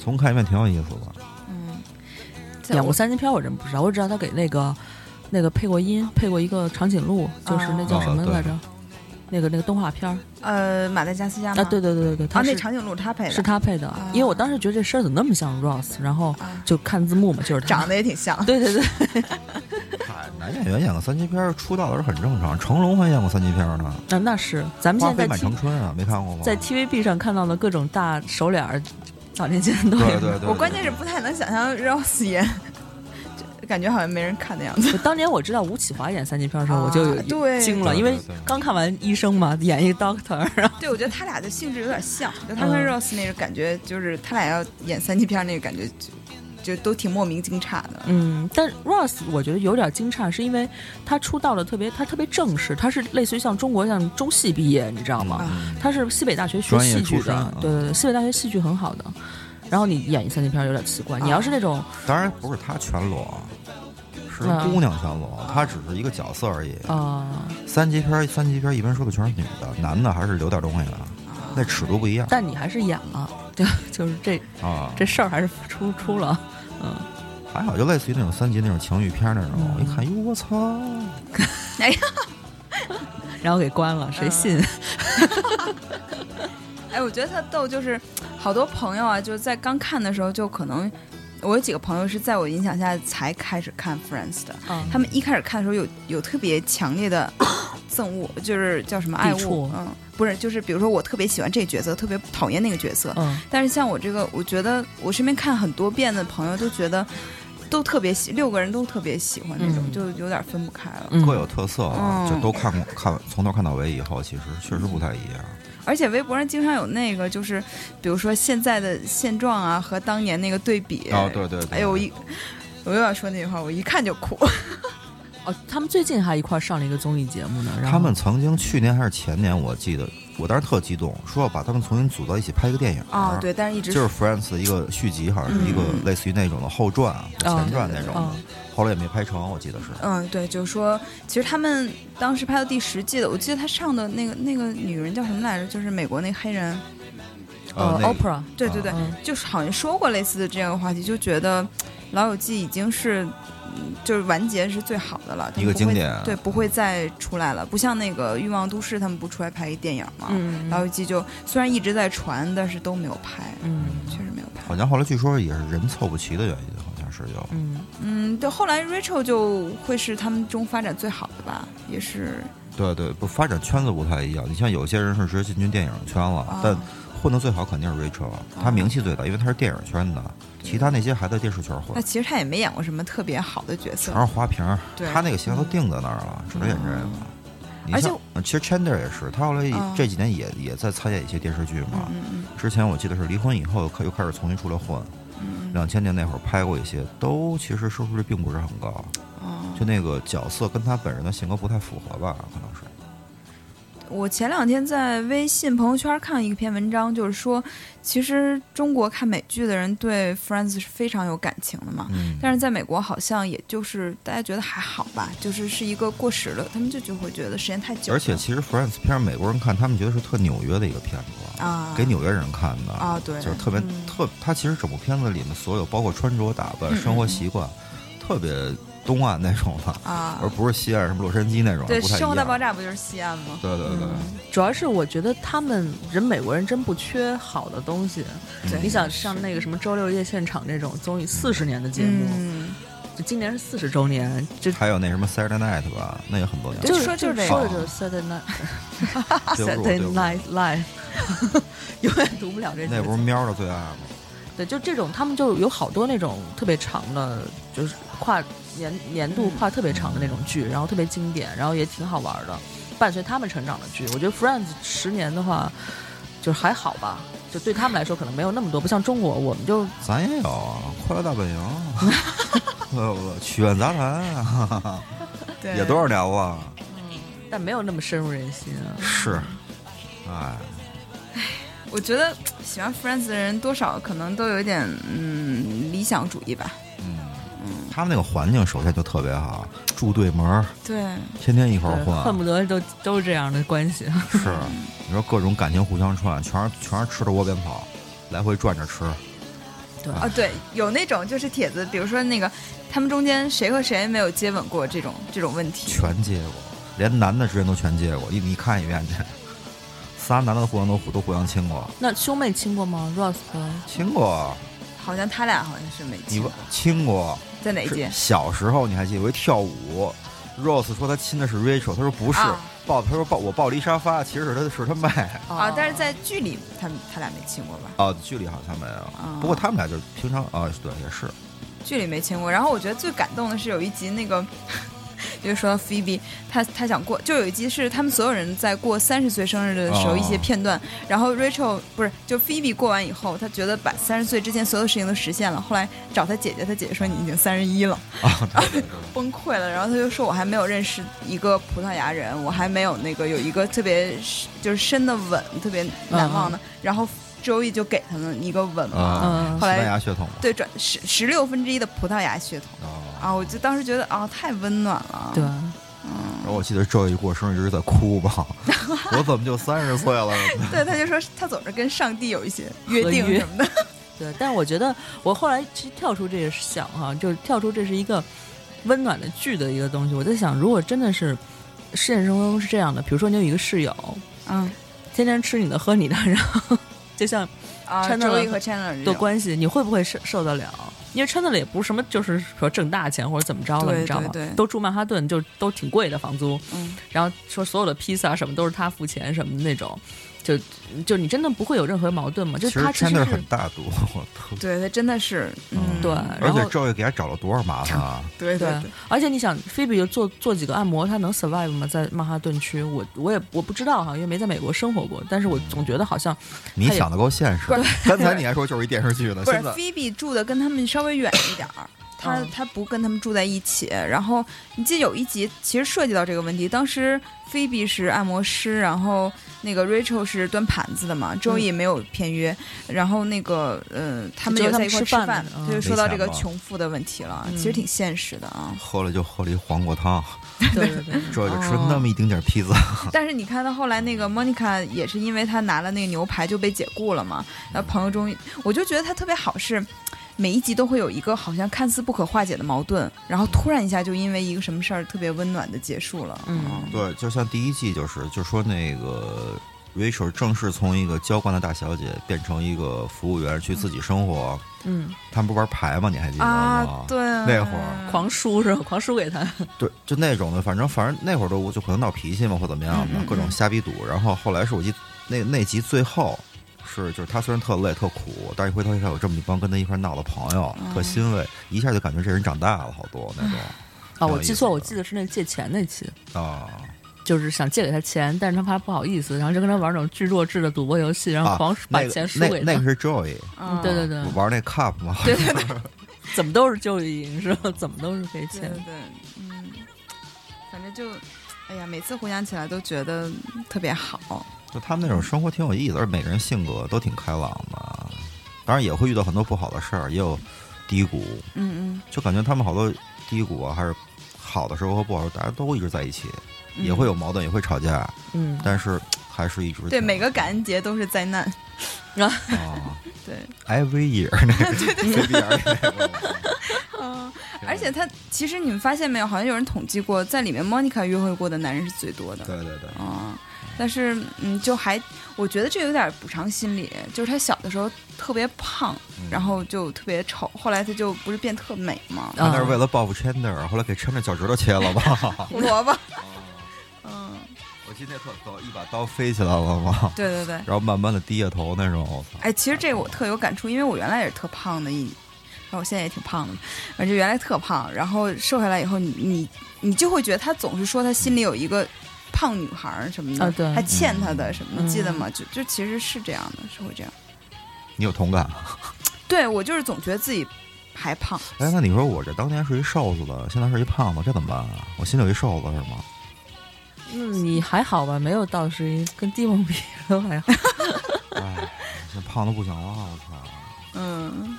Speaker 9: 重看一遍挺有意思的，
Speaker 10: 嗯，在
Speaker 8: 演
Speaker 10: 我
Speaker 8: 过三级片我真不知道，我只知道他给那个那个配过音，配过一个长颈鹿，就是那
Speaker 9: 哦
Speaker 8: 叫什么来着？那个那个动画片儿
Speaker 10: 呃马达加斯加
Speaker 8: 啊，
Speaker 10: 吗？
Speaker 8: 对对对对对，
Speaker 10: 啊，
Speaker 8: 他
Speaker 10: 那
Speaker 8: 是
Speaker 10: 长颈鹿他配的，
Speaker 8: 是他配的
Speaker 10: 啊，
Speaker 8: 因为我当时觉得这声儿怎么那么像 Ross，然后
Speaker 10: 啊
Speaker 8: 就看字幕嘛，就是他
Speaker 10: 长。得也挺像，
Speaker 8: 对对对，
Speaker 9: 男演员演个三级片儿出道的时候很正常，成龙还演过三级片儿呢，
Speaker 8: 啊那是，咱
Speaker 9: 《
Speaker 8: 们
Speaker 9: 花
Speaker 8: 现在
Speaker 9: 飞
Speaker 8: 在
Speaker 9: 满
Speaker 8: T
Speaker 9: 城春》啊，没看过吗？
Speaker 8: 在 TVB 上看到的各种大手脸儿，早年间都
Speaker 9: 对
Speaker 8: 有。
Speaker 9: 对对对，
Speaker 10: 我关键是不太能想象 Rose 演，就感觉好像没人看的样子。 [laughs]
Speaker 8: 我当年我知道吴启华演三级片的时候，
Speaker 10: 啊
Speaker 8: 我就有
Speaker 10: 对
Speaker 8: 惊了，
Speaker 9: 对对
Speaker 8: 因为
Speaker 9: 对
Speaker 8: 刚看完医生嘛，演一 doctor，然后
Speaker 10: 对，我觉得他俩的性质有点像，就他跟
Speaker 8: 嗯
Speaker 10: Rose 那个感觉，就是他俩要演三级片那个感觉就，就都挺莫名惊诧的。
Speaker 8: 嗯，但 Ross 我觉得有点惊诧，是因为他出道的特别，他特别正式，他是类似于像中国像中戏毕业，你知道吗？
Speaker 9: 嗯
Speaker 8: 他是西北大学学
Speaker 9: 专业
Speaker 8: 戏剧
Speaker 9: 出身
Speaker 8: 的
Speaker 9: 啊，
Speaker 8: 对对对，西北大学戏剧很好的。然后你演一三级片有点奇怪，你要是那种
Speaker 9: 当然不是他全裸，是
Speaker 8: 嗯
Speaker 9: 姑娘全裸，他只是一个角色而已。
Speaker 8: 呃，
Speaker 9: 三级片儿，三级片儿一般说的全是女的，男的还是留点东西的，
Speaker 8: 哦
Speaker 9: 那尺度不一样
Speaker 8: 但你还是演了，对，就是 [laughs] 这
Speaker 9: 啊。
Speaker 8: 这事儿还是出出了，嗯。
Speaker 9: 还好，就类似于那种三级那种情欲片儿那种，我一看，哟，我操！
Speaker 8: 然后给关了，谁信？
Speaker 10: 哎，我觉得他逗，就是好多朋友啊，就是在刚看的时候就可能。我有几个朋友是在我影响下才开始看 Friends 的，
Speaker 8: 嗯
Speaker 10: 他们一开始看的时候有有特别强烈的 [coughs] 憎恶，就是叫什么爱
Speaker 8: 抵
Speaker 10: 恶
Speaker 8: 触，
Speaker 10: 嗯，不是，就是比如说我特别喜欢这个角色，特别讨厌那个角色，
Speaker 8: 嗯，
Speaker 10: 但是像我这个，我觉得我身边看很多遍的朋友都觉得，都特别喜，六个人都特别喜欢那种，
Speaker 8: 嗯
Speaker 10: 就有点分不开了。
Speaker 8: 嗯
Speaker 9: 各有特色啊，
Speaker 10: 嗯
Speaker 9: 就都看过看从头看到尾以后，其实确实不太一样。
Speaker 10: 而且微博上经常有那个，就是比如说现在的现状啊和当年那个对比。
Speaker 9: 哦，对对对，
Speaker 10: 哎呦，我一我又要说那句话，我一看就哭。
Speaker 8: 哦，他们最近还一块儿上了一个综艺节目呢。然后
Speaker 9: 他们曾经去年还是前年，我记得我当时特激动，说要把他们重新组到一起拍一个电影
Speaker 10: [laughs] 啊，，对，但是一直
Speaker 9: 就是 Friends 的一个续集，好像是一个
Speaker 10: 嗯哦
Speaker 9: 类似于那种的后传、前传那种的
Speaker 8: 嗯，
Speaker 9: 后来也没拍成，我记得是。
Speaker 10: 嗯，对，就是说，其实他们当时拍到第十季的，我记得他上的那个那个女人叫什么来着？就是美国那个黑人。
Speaker 8: 呃
Speaker 10: 哦
Speaker 9: 那个
Speaker 8: ，OPRA，
Speaker 10: 对对对，
Speaker 9: 啊
Speaker 8: 嗯
Speaker 10: 就是好像说过类似的这样的话题，就觉得《老友记》已经是嗯就是完结是最好的了，他们
Speaker 9: 一个
Speaker 10: 不
Speaker 9: 经
Speaker 10: 会
Speaker 9: 典啊
Speaker 10: 对，不会再出来了。不像那个《欲望都市》，他们不出来拍一电影嘛，
Speaker 8: 嗯
Speaker 10: 老友记》就虽然一直在传，但是都没有拍，
Speaker 8: 嗯
Speaker 10: 确实没有拍。
Speaker 9: 好像后来据说也是人凑不齐的原因，好像是有。
Speaker 8: 嗯，
Speaker 10: 嗯，对，后来 Rachel 就会是他们中发展最好的吧，也是
Speaker 9: 对对，不发展圈子不太一样。你像有些人是直接进军电影圈了，
Speaker 10: 啊
Speaker 9: 但混的最好肯定是 Rachel，她名气最大，因为她是电影圈的，其他那些还在电视圈
Speaker 10: 那
Speaker 9: 混，
Speaker 10: 其实他也没演过什么特别好的角色
Speaker 9: 全，是花瓶儿。
Speaker 10: 对嗯
Speaker 9: 她那个形象都定在那儿了，只能演这个。你
Speaker 10: 而且
Speaker 9: 像呃其实 Chandler 也是，他后来也
Speaker 10: 啊
Speaker 9: 这几年也也在参演一些电视剧嘛。
Speaker 10: 嗯嗯
Speaker 9: 之前我记得是离婚以后，开又开始重新出来混。
Speaker 10: 嗯
Speaker 9: 两千年那会儿拍过一些，都其实收视率并不是很高，
Speaker 10: 哦
Speaker 9: 就那个角色跟他本人的性格不太符合吧，可能是。
Speaker 10: 我前两天在微信朋友圈看一篇文章，就是说，其实中国看美剧的人对 Friends 是非常有感情的嘛，
Speaker 9: 嗯，
Speaker 10: 但是在美国好像也就是大家觉得还好吧，就是是一个过时了，他们就就会觉得时间太久了，
Speaker 9: 而且其实 Friends 片儿美国人看，他们觉得是特纽约的一个片子，
Speaker 10: 啊，
Speaker 9: 给纽约人看的
Speaker 10: 啊对
Speaker 9: 就是特别、
Speaker 10: 嗯
Speaker 9: 特，它其实整部片子里面所有，包括穿着打扮、生活习惯，特别东岸那种的，
Speaker 10: 嗯啊
Speaker 9: 而，不是西岸什么洛杉矶那种，
Speaker 10: 对，
Speaker 9: 不太一
Speaker 10: 《
Speaker 9: 样
Speaker 10: 生活大爆炸》不嗯就是西安吗？
Speaker 9: 对对对，
Speaker 8: 主要是我觉得他们人美国人真不缺好的东西。
Speaker 9: 嗯
Speaker 10: 对
Speaker 8: 你想像那个什么周六夜现场这种综艺四十年的节目，
Speaker 10: 嗯，
Speaker 8: 就今年是四十周年，这
Speaker 9: 还有那什么 Saturday Night 吧，那也很多年了，
Speaker 10: 就
Speaker 8: 就是
Speaker 10: 说就是这
Speaker 8: 说
Speaker 9: 个
Speaker 8: 的就是 Saturday Night
Speaker 9: 对不住
Speaker 8: Saturday
Speaker 9: 对不住
Speaker 8: Night Live，永 [laughs] 远读不了这
Speaker 9: 那不
Speaker 8: 节目。
Speaker 9: 是喵的最爱吗？
Speaker 8: 对，就这种他们就有好多那种特别长的，就是跨年年度跨特别长的那种剧，然后特别经典，然后也挺好玩儿的，伴随他们成长的剧。我觉得 Friends 十年的话，就是还好吧，就对他们来说可能没有那么多，不像中国，我们就
Speaker 9: 咱也有啊，《快乐大本
Speaker 10: [laughs]
Speaker 9: 营》呃，
Speaker 10: [laughs]
Speaker 9: 对不对？《曲苑杂谈》
Speaker 10: 对，
Speaker 9: 也多少年了？
Speaker 8: 但没有那么深入人心啊。
Speaker 9: 是，哎，
Speaker 10: 我觉得喜欢 Friends 的人多少可能都有一点嗯理想主义吧。
Speaker 9: 他们那个环境首先就特别好，住对门儿，
Speaker 10: 对，
Speaker 9: 天天一块儿
Speaker 8: 对
Speaker 9: 混
Speaker 8: 恨，不得都都是这样的关系。啊
Speaker 9: 是，你说各种感情互相串，全是全是吃着窝边草，来回转着吃，哎
Speaker 10: 啊，对，有那种就是帖子，比如说那个他们中间谁和谁没有接吻过这种这种问题，
Speaker 9: 全接过，连男的之间都全接过，你你看一遍去，仨男的互相都都互相亲过，
Speaker 8: 那兄妹亲过吗？Rose 和
Speaker 9: 亲过，
Speaker 10: 好像他俩好像是没
Speaker 9: 你
Speaker 10: 亲
Speaker 9: 问，亲过，
Speaker 10: 在哪一
Speaker 9: 是
Speaker 10: 届？
Speaker 9: 小时候你还记得？有一跳舞，Rose 说她亲的是 Rachel，她说不是，
Speaker 10: 啊
Speaker 9: 抱她说抱我抱了一沙发，其实是她是她妹。
Speaker 10: 啊，但是在剧里他们他俩没亲过吧？
Speaker 9: 哦，剧里好像没有，
Speaker 10: 啊
Speaker 9: 不过他们俩就是平常啊，对，也是
Speaker 10: 剧里没亲过。然后我觉得最感动的是有一集那个， [laughs] 就是说 Phoebe 她她想过，就有一集是他们所有人在过三十岁生日的时候
Speaker 9: 哦
Speaker 10: 一些片段。然后 Rachel 不是就 Phoebe 过完以后，她觉得把三十岁之前所有事情都实现了。后来找她姐姐，她姐姐说你已经三十一了，
Speaker 9: 啊，对对对
Speaker 10: [laughs] 崩溃了。然后她就说我还没有认识一个葡萄牙人，我还没有那个有一个特别就是深的吻，特别难忘的。然后周易就给他们一个吻嘛，
Speaker 9: 嗯啊，
Speaker 8: 嗯
Speaker 9: 西班牙血统嘛，
Speaker 10: 对，转十十六分之一的葡萄牙血统。
Speaker 9: 啊，
Speaker 10: 啊，我就当时觉得啊，太温暖了。
Speaker 8: 对，
Speaker 9: 然后我记得周一过生日一直在哭
Speaker 8: [laughs]
Speaker 9: 吧，我怎么就三十岁了？
Speaker 10: 对，他就说他总是跟上帝有一些约
Speaker 8: 合
Speaker 10: 定
Speaker 8: 约
Speaker 10: 什么的。
Speaker 8: 对，但是我觉得我后来其实跳出这个想哈、就是跳出这是一个温暖的剧的一个东西。我在想，如果真的是现实生活中是这样的，比如说你有一个室友，
Speaker 10: [laughs] 嗯
Speaker 8: 天天吃你的喝你的，然后 [laughs] 就像
Speaker 10: 啊，
Speaker 8: Chandler
Speaker 10: 周易和 Chandler 这
Speaker 8: 的
Speaker 10: 种
Speaker 8: 关系，你会不会受受得了？因为穿的了也不是什么，就是说挣大钱或者怎么着了，
Speaker 10: 对
Speaker 8: 你知道吗？
Speaker 10: 对对
Speaker 8: 都住曼哈顿，就都挺贵的房租。
Speaker 10: 嗯，
Speaker 8: 然后说所有的披萨什么都是他付钱什么的那种，就就你真的不会有任何矛盾吗？就
Speaker 9: 其
Speaker 8: 是
Speaker 9: 实
Speaker 8: 他其实是
Speaker 9: Chandler 很大度，我特
Speaker 10: 对他真的是，嗯，
Speaker 8: 对，
Speaker 9: 而
Speaker 8: 然
Speaker 9: 且
Speaker 8: 后
Speaker 9: 周易给他找了多少麻烦啊？
Speaker 10: 对
Speaker 8: 对
Speaker 10: 对，，
Speaker 8: 而且你想，菲比就做做几个按摩，他能 survive 吗？在曼哈顿区，我我也我不知道哈，因为没在美国生活过，但是我总觉得好像
Speaker 9: 你想的够现实
Speaker 10: 不是，
Speaker 9: 刚才你还说就是一电视剧呢，
Speaker 10: 不是
Speaker 9: 现在 [laughs]
Speaker 10: Phoebe 住的跟他们稍微远一点
Speaker 8: [coughs]
Speaker 10: 儿。他
Speaker 8: 嗯
Speaker 10: 他不跟他们住在一起，然后你记得有一集其实涉及到这个问题，当时菲比是按摩师，然后那个 Rachel 是端盘子的
Speaker 8: 嗯
Speaker 10: 嘛，周易没有片约，然后那个呃他们
Speaker 8: 就
Speaker 10: 也
Speaker 8: 是他
Speaker 10: 在
Speaker 8: 们
Speaker 10: 一块儿
Speaker 8: 吃
Speaker 10: 吃
Speaker 8: 饭
Speaker 10: 饭
Speaker 8: 的，
Speaker 10: 他就
Speaker 8: 嗯
Speaker 10: 说到这
Speaker 9: 没
Speaker 10: 个
Speaker 9: 钱嘛
Speaker 10: 穷富的问题了，
Speaker 8: 嗯
Speaker 10: 其实挺现实的啊。
Speaker 9: 喝了就喝了一黄瓜汤，
Speaker 8: 对对 [laughs] 对，
Speaker 9: 这就吃
Speaker 8: 哦
Speaker 9: 那么一丁点儿披萨， [laughs]
Speaker 10: 但是你看到后来那个 Monica 也是因为她拿了那个牛排就被解雇了嘛，然后朋友中，我就觉得她特别好是。每一集都会有一个好像看似不可化解的矛盾，然后突然一下就因为一个什么事儿特别温暖的结束了。
Speaker 8: 嗯，
Speaker 9: 对，就像第一季就是，就说那个 Rachel 正式从一个娇惯的大小姐变成一个服务员去自己生活。
Speaker 8: 嗯，
Speaker 9: 他们不玩牌吗？你还记得吗？
Speaker 10: 啊，对，
Speaker 9: 那会儿
Speaker 8: 狂输是吧？狂输给他，
Speaker 9: 对，就那种的，反正反正那会儿都就可能闹脾气嘛，或怎么样
Speaker 8: 嗯
Speaker 9: 的，各种瞎逼赌。然后后来是我记那那集最后是就是他虽然特累特苦，但是一回头一看有这么一帮跟他一块闹的朋友，特欣慰，一下就感觉这人长大了好多那种
Speaker 8: 哦啊，
Speaker 9: 有
Speaker 8: 我
Speaker 9: 意
Speaker 8: 记
Speaker 9: 思
Speaker 8: 错，
Speaker 9: 的
Speaker 8: 我记得是那借钱那期，
Speaker 9: 啊。
Speaker 8: 就是想借给他钱，但是他怕不好意思，然后就跟他玩那种巨弱智的赌博游戏，然后狂、
Speaker 9: 啊、
Speaker 8: 把
Speaker 9: 那个
Speaker 8: 钱输
Speaker 9: 那
Speaker 8: 给他。
Speaker 9: 那个是 Joy，
Speaker 10: 嗯
Speaker 8: 对对对，
Speaker 9: 玩那 Cup 嘛，
Speaker 10: 对对对
Speaker 8: 怎么都是就赢是吧？ [laughs] 怎么都是赔
Speaker 10: 对
Speaker 8: 钱
Speaker 10: 对。对，嗯，反正就，哎呀，每次回想起来都觉得特别好。
Speaker 9: [laughs] 就他们那种生活挺有意思，而每个人性格都挺开朗的，当然也会遇到很多不好的事儿，也有低谷，
Speaker 10: 嗯
Speaker 9: 就感觉他们好多低谷啊，还是好的时候和不好的时候，大家都一直在一起，
Speaker 10: 嗯，
Speaker 9: 也会有矛盾，也会吵架，
Speaker 8: 嗯，
Speaker 9: 但是还是一直
Speaker 10: 对每个感恩节都是灾难。 [laughs]
Speaker 9: 啊
Speaker 10: 对，
Speaker 9: every year 那个对
Speaker 10: [laughs]
Speaker 9: 对对，
Speaker 10: 嗯，
Speaker 9: 啊
Speaker 10: 而且他 [laughs] 其实你们发现没有，好像有人统计过，在里面 Monica 约会过的男人是最多的。
Speaker 9: 对对对，
Speaker 10: 嗯，但是嗯，就还我觉得这有点补偿心理，就是他小的时候特别胖，
Speaker 9: 嗯
Speaker 10: 然后就特别丑，后来他就不是变特美吗？
Speaker 9: 他那是为了报复 Chandler，后来给 Chandler 脚趾头切
Speaker 10: [laughs]
Speaker 9: 了吧？
Speaker 10: 胡萝卜，嗯，
Speaker 9: 我记得那特逗，一把刀飞起来了嘛，
Speaker 10: 对对对，
Speaker 9: [laughs] 然后慢慢的低下头那种，我操。
Speaker 10: 哎，其实这个我特有感触，因为我原来也是特胖的一，然后我现在也挺胖的，反正原来特胖，然后瘦下来以后，你你你就会觉得他总是说他心里有一个胖女孩儿什么的，
Speaker 8: 啊对
Speaker 10: 还欠他的什么的，
Speaker 8: 嗯
Speaker 10: 记得吗？就就其实是这样的，是会这样。
Speaker 9: 你有同感？
Speaker 10: 对我就是总觉得自己还胖，
Speaker 9: 哎，那你说我这当年是一瘦子的，现在是一胖子，这怎么办啊？我心里有一瘦子是吗？
Speaker 8: 嗯，你还好吧？没有到是因跟蒂梦比都还 [laughs] 好。
Speaker 9: 哎，这胖的不行了，我操！
Speaker 10: 嗯，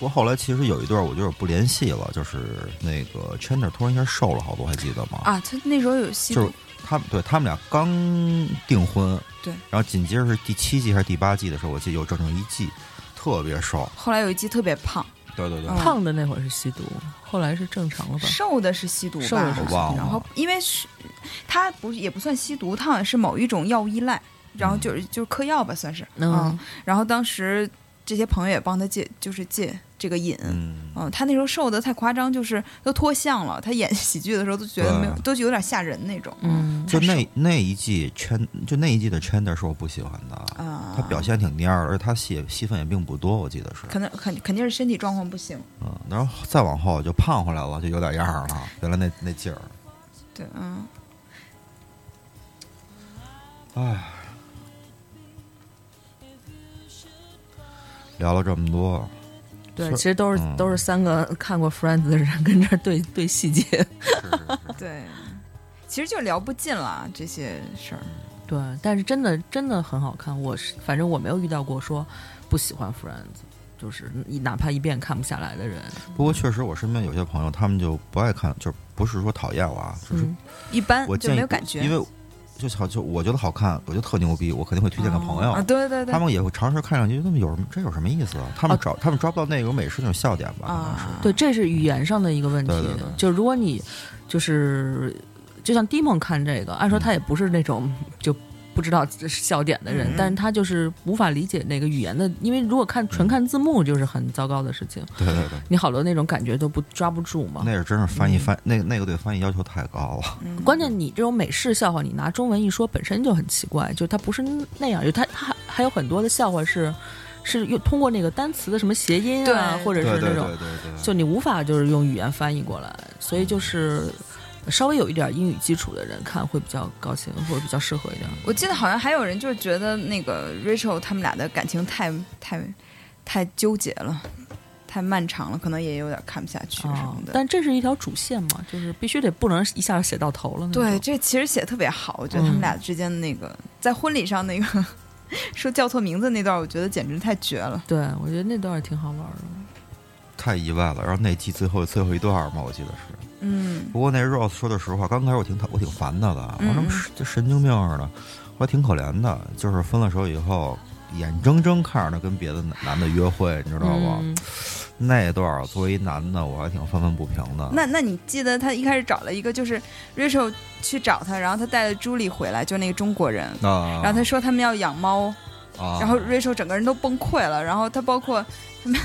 Speaker 9: 我后来其实有一段我就是不联系了，就是那个 Chandler 突然一下瘦了好多，还记得吗？
Speaker 10: 啊，他那时候有吸
Speaker 9: 就是
Speaker 10: 毒，
Speaker 9: 他们对他们俩刚订婚，
Speaker 10: 对，
Speaker 9: 然后紧接着是第七季还是第八季的时候，我记得有整整一季，特别瘦，
Speaker 10: 后来有一季特别胖，
Speaker 9: 对对对
Speaker 10: 嗯
Speaker 8: 胖的那会儿是吸毒，后来是正常了吧？
Speaker 10: 瘦的是吸毒
Speaker 8: 瘦的
Speaker 10: 吧
Speaker 8: 是？哦
Speaker 9: 我忘
Speaker 10: 然后
Speaker 9: 了，
Speaker 10: 因为是他不是也不算吸毒，他好像是某一种药物依赖，然后就是就是嗑药吧，算是
Speaker 8: 嗯
Speaker 10: 然后当时这些朋友也帮他戒，就是戒这个瘾。
Speaker 9: 嗯，
Speaker 10: 嗯，他那时候瘦的太夸张，就是都脱相了。他演喜剧的时候都觉得没有，
Speaker 9: 对
Speaker 10: 都觉得有点吓人那种。
Speaker 8: 嗯
Speaker 9: 就那那一季圈，就那一季的 Chandler 是我不喜欢的，
Speaker 10: 啊，
Speaker 9: 他表现挺蔫儿的，而且他戏戏份也并不多，我记得是，
Speaker 10: 可能肯肯定是身体状况不行。
Speaker 9: 嗯，然后再往后就胖回来了，就有点样儿了，原来那那劲儿，
Speaker 10: 对，
Speaker 9: [laughs]
Speaker 10: 嗯，
Speaker 9: 唉，聊了这么多，
Speaker 8: 对，
Speaker 9: 是
Speaker 8: 其实都是、
Speaker 9: 嗯
Speaker 8: 都是三个 [laughs] 看过《Friends》的人跟这儿对对细节。
Speaker 9: 是是是
Speaker 10: 对，其实就聊不尽了这些事儿。
Speaker 8: 对，但是真的真的很好看。我是反正我没有遇到过说不喜欢《Friends》，就是一哪怕一遍看不下来的人。
Speaker 9: 不过确实，我身边有些朋友他们就不爱看，就不是说讨厌我啊，就是
Speaker 8: 嗯
Speaker 10: 一般
Speaker 9: 我
Speaker 10: 就
Speaker 9: 建议
Speaker 10: 没有感觉，
Speaker 9: 因为就好就我觉得好看，我觉得特牛逼，我肯定会推荐给朋友。
Speaker 10: 啊，对对对
Speaker 9: 他，们也会尝试看上去，那么有什么这有什么意思啊？他们找、他们抓不到那种美式那种笑点吧？可能是
Speaker 10: 哦啊，
Speaker 8: 对，这是语言上的一个问题。
Speaker 9: 对对对
Speaker 8: 就如果你就是就像 Dimon 看这个，按
Speaker 9: 嗯
Speaker 8: 说他也不是那种就不知道笑点的人，
Speaker 10: 嗯
Speaker 8: 但是他就是无法理解那个语言的，因为如果看
Speaker 9: 嗯
Speaker 8: 纯看字幕就是很糟糕的事情，
Speaker 9: 对对对，
Speaker 8: 你好多那种感觉都不抓不住
Speaker 10: 哦
Speaker 8: 嘛。
Speaker 9: 那是真是翻译翻、那那个对翻译要求太高了。
Speaker 10: 嗯
Speaker 8: 关键你这种美式笑话，你拿中文一说，本身就很奇怪，就是它不是那样，就它它还还有很多的笑话是是用通过那个单词的什么谐音啊，
Speaker 10: 对
Speaker 8: 或者
Speaker 9: 对
Speaker 8: 是
Speaker 9: 对
Speaker 8: 那
Speaker 9: 对
Speaker 8: 种
Speaker 9: 对对，
Speaker 8: 就你无法就是用语言翻译过来，所以就是稍微有一点英语基础的人看会比较高兴，或者比较适合一点。
Speaker 10: 我记得好像还有人就是觉得那个 Rachel 他们俩的感情太太太纠结了，太漫长了，可能也有点看不下去什
Speaker 8: 啊
Speaker 10: 么，的。
Speaker 8: 但这是一条主线嘛，就是必须得不能一下写到头了那种。
Speaker 10: 对，这其实写得特别好，我觉
Speaker 8: 嗯
Speaker 10: 得他们俩之间的那个、在婚礼上那个 [laughs] 说叫错名字那段，我觉得简直太绝了。
Speaker 8: 对，我觉得那段儿挺好玩的。
Speaker 9: 太意外了。然后那季最后最后一段嘛，我记得是。
Speaker 10: 嗯
Speaker 9: 不过那 Rose 说的实话，刚开始我挺讨我挺烦他的，我
Speaker 10: 嗯
Speaker 9: 说是这神经病似的，后来挺可怜的，就是分了手以后，眼睁睁看着他跟别的男男的约会，你知道吗？
Speaker 8: 嗯
Speaker 9: 那一段儿作为一男的，我还挺愤愤不平的。
Speaker 10: 那那你记得他一开始找了一个就是 Rachel 去找他，然后他带了朱莉回来，就那个中国人。
Speaker 8: 哦
Speaker 9: 啊，
Speaker 10: 然后他说他们要养猫，
Speaker 9: 他，啊、
Speaker 10: 然后 Rachel 整个人都崩溃了，然后他包括他 [laughs] 们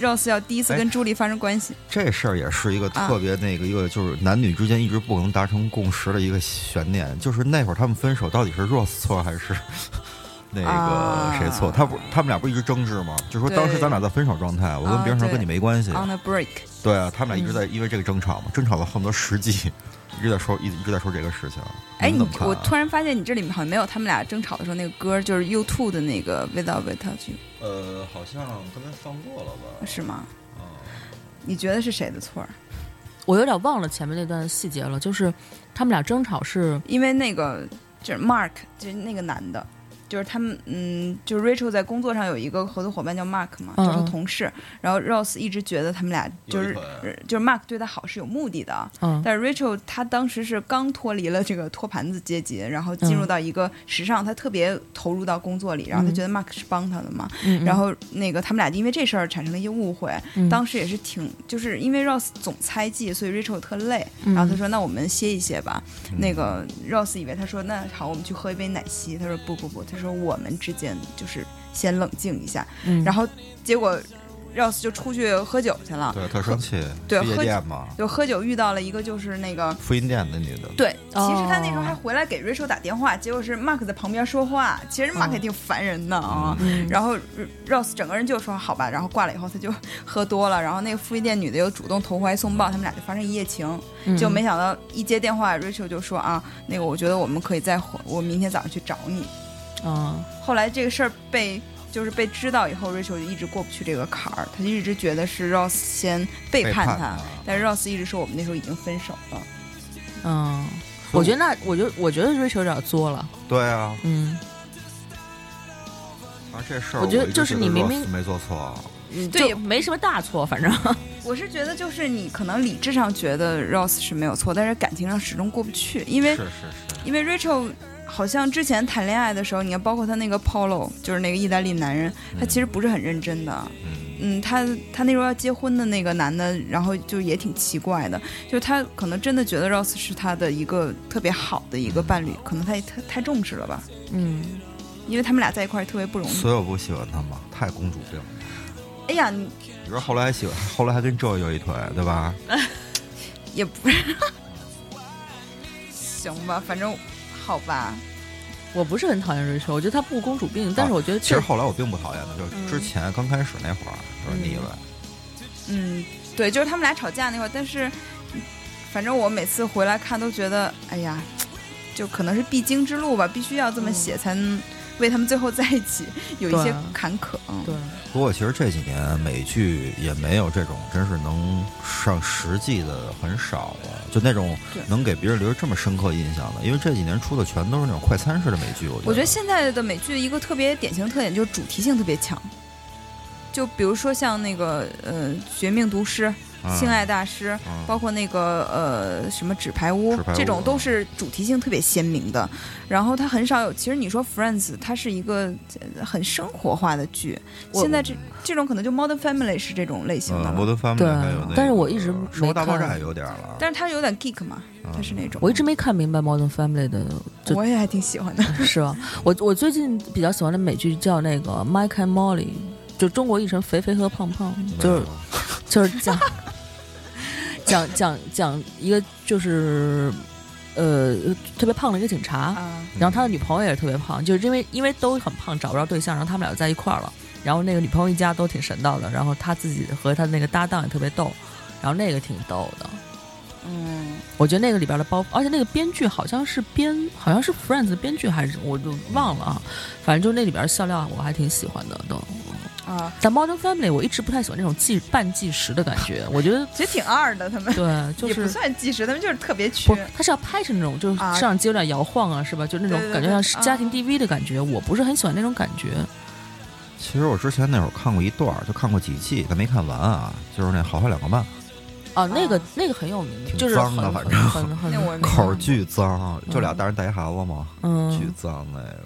Speaker 10: Rose 要第一次
Speaker 9: 哎
Speaker 10: 跟朱莉发生关系，
Speaker 9: 这事儿也是一个特别那
Speaker 10: 啊
Speaker 9: 个一个，就是男女之间一直不能达成共识的一个悬念，就是那会儿他们分手到底是 Rose 错还是那
Speaker 10: 啊
Speaker 9: 个谁错？他不，他们俩不一直争执吗？就说当时
Speaker 10: 对
Speaker 9: 咱俩在分手状态，我跟
Speaker 10: 啊
Speaker 9: 别人说
Speaker 10: 对
Speaker 9: 跟你没关系，
Speaker 10: On a break，
Speaker 9: 对啊，他
Speaker 10: 嗯
Speaker 9: 们俩一直在因为这个争吵嘛，争吵了恨不得十季，一直在说一一直在说这个事情。
Speaker 10: 哎，你
Speaker 9: 你们怎么看啊
Speaker 10: 我突然发现你这里面好像没有他们俩争吵的时候那个歌，就是 U Two 的那个 Without Without You，
Speaker 9: 呃，好像刚才放过了吧？
Speaker 10: 是吗？
Speaker 9: 嗯，
Speaker 10: 你觉得是谁的错儿？
Speaker 8: 我有点忘了前面那段细节了，就是他们俩争吵是
Speaker 10: 因为那个就是 Mark，就是那个男的。就是他们，嗯，就是 Rachel 在工作上有一个合作伙伴叫 Mark 嘛，
Speaker 8: 嗯
Speaker 10: 就是同事。然后 Rose 一直觉得他们俩就是
Speaker 9: 有一
Speaker 10: 就是 Mark 对她好是有目的的，啊
Speaker 8: 嗯
Speaker 10: 但是 Rachel 她当时是刚脱离了这个托盘子阶级，然后
Speaker 8: 嗯
Speaker 10: 进入到一个时尚，她特别投入到工作里，然后她觉得 Mark 是帮她的嘛，
Speaker 8: 嗯，
Speaker 10: 然后那个他们俩因为这事儿产生了一些误会，
Speaker 8: 嗯
Speaker 10: 当时也是挺就是因为 Rose 总猜忌，所以 Rachel 特累，
Speaker 8: 嗯
Speaker 10: 然后她说那我们歇一歇吧，那个 Rose 以为她说那好我们去喝一杯奶昔，她说不不不，她说我们之间就是先冷静一下，
Speaker 8: 嗯
Speaker 10: 然后结果 Rose 就出去喝酒去了，
Speaker 9: 对，特生气，
Speaker 10: 对
Speaker 9: 去夜
Speaker 10: 喝
Speaker 9: 店嘛，
Speaker 10: 就喝酒遇到了一个就是那个。
Speaker 9: 福音店那女的。
Speaker 10: 对，其实他那时候
Speaker 8: 哦
Speaker 10: 还回来给 Rachel 打电话，结果是 Mark 在旁边说话，其实 Mark 也挺烦人的啊。
Speaker 8: 嗯
Speaker 10: 然后 Rose 整个人就说好吧，然后挂了以后他就喝多了，然后那个富裕店女的又主动投怀送抱，他们俩就发生一夜情。
Speaker 8: 嗯
Speaker 10: 就没想到一接电话，Rachel 就说啊，那个我觉得我们可以再回，我明天早上去找你。
Speaker 8: 嗯
Speaker 10: 后来这个事儿被就是被知道以后，Rachel 就一直过不去这个坎儿，他就一直觉得是 Rose 先背
Speaker 9: 背
Speaker 10: 叛
Speaker 9: 叛
Speaker 10: 他
Speaker 9: 啊他，
Speaker 10: 但是 Rose 一直说我们那时候已经分手了。
Speaker 8: 嗯，我觉得那，我觉得我觉得 Rachel 有点作了，
Speaker 9: 对啊，
Speaker 8: 嗯，
Speaker 9: 而这事儿
Speaker 8: 我觉得
Speaker 9: 一直
Speaker 8: 就是你明明
Speaker 9: Ross 没做错，
Speaker 10: 对
Speaker 8: 就没什么大错，反正
Speaker 10: 我是觉得，就是你可能理智上觉得 Rose 是没有错，但是感情上始终过不去，因为
Speaker 9: 啊是是
Speaker 10: 因为 Rachel 好像之前谈恋爱的时候，你看包括他那个 Polo，就是那个意大利男人，他其实不是很认真的。
Speaker 9: 嗯
Speaker 10: 嗯，他他那时候要结婚的那个男的，然后就也挺奇怪的，就是他可能真的觉得 Rose 是他的一个特别好的一个伴侣，可能他也太太重视了吧，
Speaker 8: [laughs] 嗯，
Speaker 10: 因为他们俩在一块儿也特别不容易。
Speaker 9: 嗯所以我不喜欢他嘛，太公主病了。
Speaker 10: 哎呀，你
Speaker 9: 你说后来还喜欢，后来还跟 Joe 有一腿，对吧？
Speaker 10: 也不 [laughs] 是，行吧，反正好吧，
Speaker 8: 我不是很讨厌 Rachel，我觉得她不公主病，但是我觉得
Speaker 9: 其实
Speaker 8: 这
Speaker 9: 后来我并不讨厌他，就是之前刚开始那会儿就是腻歪，
Speaker 10: 嗯，对，就是他们俩吵架那会儿，但是反正我每次回来看都觉得，哎呀，就可能是必经之路吧，必须要这么写才能为他们最后在一起有一
Speaker 8: 嗯对
Speaker 10: 些
Speaker 8: 啊
Speaker 10: 坎坷。嗯
Speaker 8: 对，
Speaker 9: 不过其实这几年美剧也没有这种真是能上实际的很少了，就那种
Speaker 10: 对
Speaker 9: 能给别人留下这么深刻印象的，因为这几年出的全都是那种快餐式的美剧，我觉得。
Speaker 10: 我觉得现在的美剧一个特别典型的特点就是主题性特别强，就比如说像那个呃《绝命毒师》
Speaker 9: 嗯
Speaker 10: 性爱大师》
Speaker 9: 嗯
Speaker 10: 包括那个呃什么纸牌屋
Speaker 9: 纸牌屋
Speaker 10: 这种都是主题性特别鲜明的。然后它很少有，其实你说 Friends，它是一个呃很生活化的剧。
Speaker 8: 我
Speaker 10: 现在这这种可能就 Modern Family 是这种类型的
Speaker 9: 嗯，摩
Speaker 10: 了，
Speaker 9: 登 family
Speaker 8: 对
Speaker 9: 还有那个，
Speaker 8: 但是我一直
Speaker 9: 生活
Speaker 8: 没
Speaker 9: 大爆炸
Speaker 8: 看
Speaker 9: 也有点儿了，啊
Speaker 10: 但是它有点 geek 嘛，它是那种。
Speaker 8: 我一直没看明白 Modern Family 的，就
Speaker 10: 我也还挺喜欢的。
Speaker 8: 是吧？我我最近比较喜欢的美剧叫那个《Mike and Molly》，就中国译成《肥肥和胖胖》，就是就是讲讲讲讲一个就是呃特别胖的一个警察，
Speaker 10: 啊，
Speaker 8: 然后他的女朋友也是特别胖，就是因为因为都很胖找不着对象，然后他们俩就在一块儿了。然后那个女朋友一家都挺神道的，然后他自己和他那个搭档也特别逗，然后那个挺逗的。
Speaker 10: 嗯，
Speaker 8: 我觉得那个里边的包，而且那个编剧好像是编，好像是 Friends 的编剧还是我就忘了啊。反正就那里边笑料我还挺喜欢的都。
Speaker 10: 啊，
Speaker 8: 但 Modern Family 我一直不太喜欢那种计半计时的感觉，我觉得
Speaker 10: 其实挺二的，他们
Speaker 8: 对，就
Speaker 10: 也不
Speaker 8: 是
Speaker 10: 算计时，他们就是特别缺
Speaker 8: 不，。他是要拍成那种就是
Speaker 10: 啊
Speaker 8: 摄像机有点摇晃啊，是吧？就那种
Speaker 10: 对对
Speaker 8: 感觉
Speaker 10: 对
Speaker 8: 像是家庭
Speaker 10: 啊
Speaker 8: DV 的感觉，我不是很喜欢那种感觉。
Speaker 9: 其实我之前那会儿看过一段儿，就看过几季，但没看完啊。就是那《好坏两个半
Speaker 10: 嗯
Speaker 8: 啊，那个
Speaker 10: 啊
Speaker 8: 那个很有名，
Speaker 9: 挺
Speaker 8: 就是
Speaker 9: 脏
Speaker 8: 很
Speaker 9: 的反
Speaker 8: 很
Speaker 9: 正
Speaker 8: 很 [laughs]
Speaker 10: 那我也》，没
Speaker 8: 很
Speaker 9: 口儿
Speaker 10: 看
Speaker 9: 巨脏，就
Speaker 10: 嗯
Speaker 9: 俩大人带一孩子嘛，巨
Speaker 8: 嗯，
Speaker 9: 脏那个。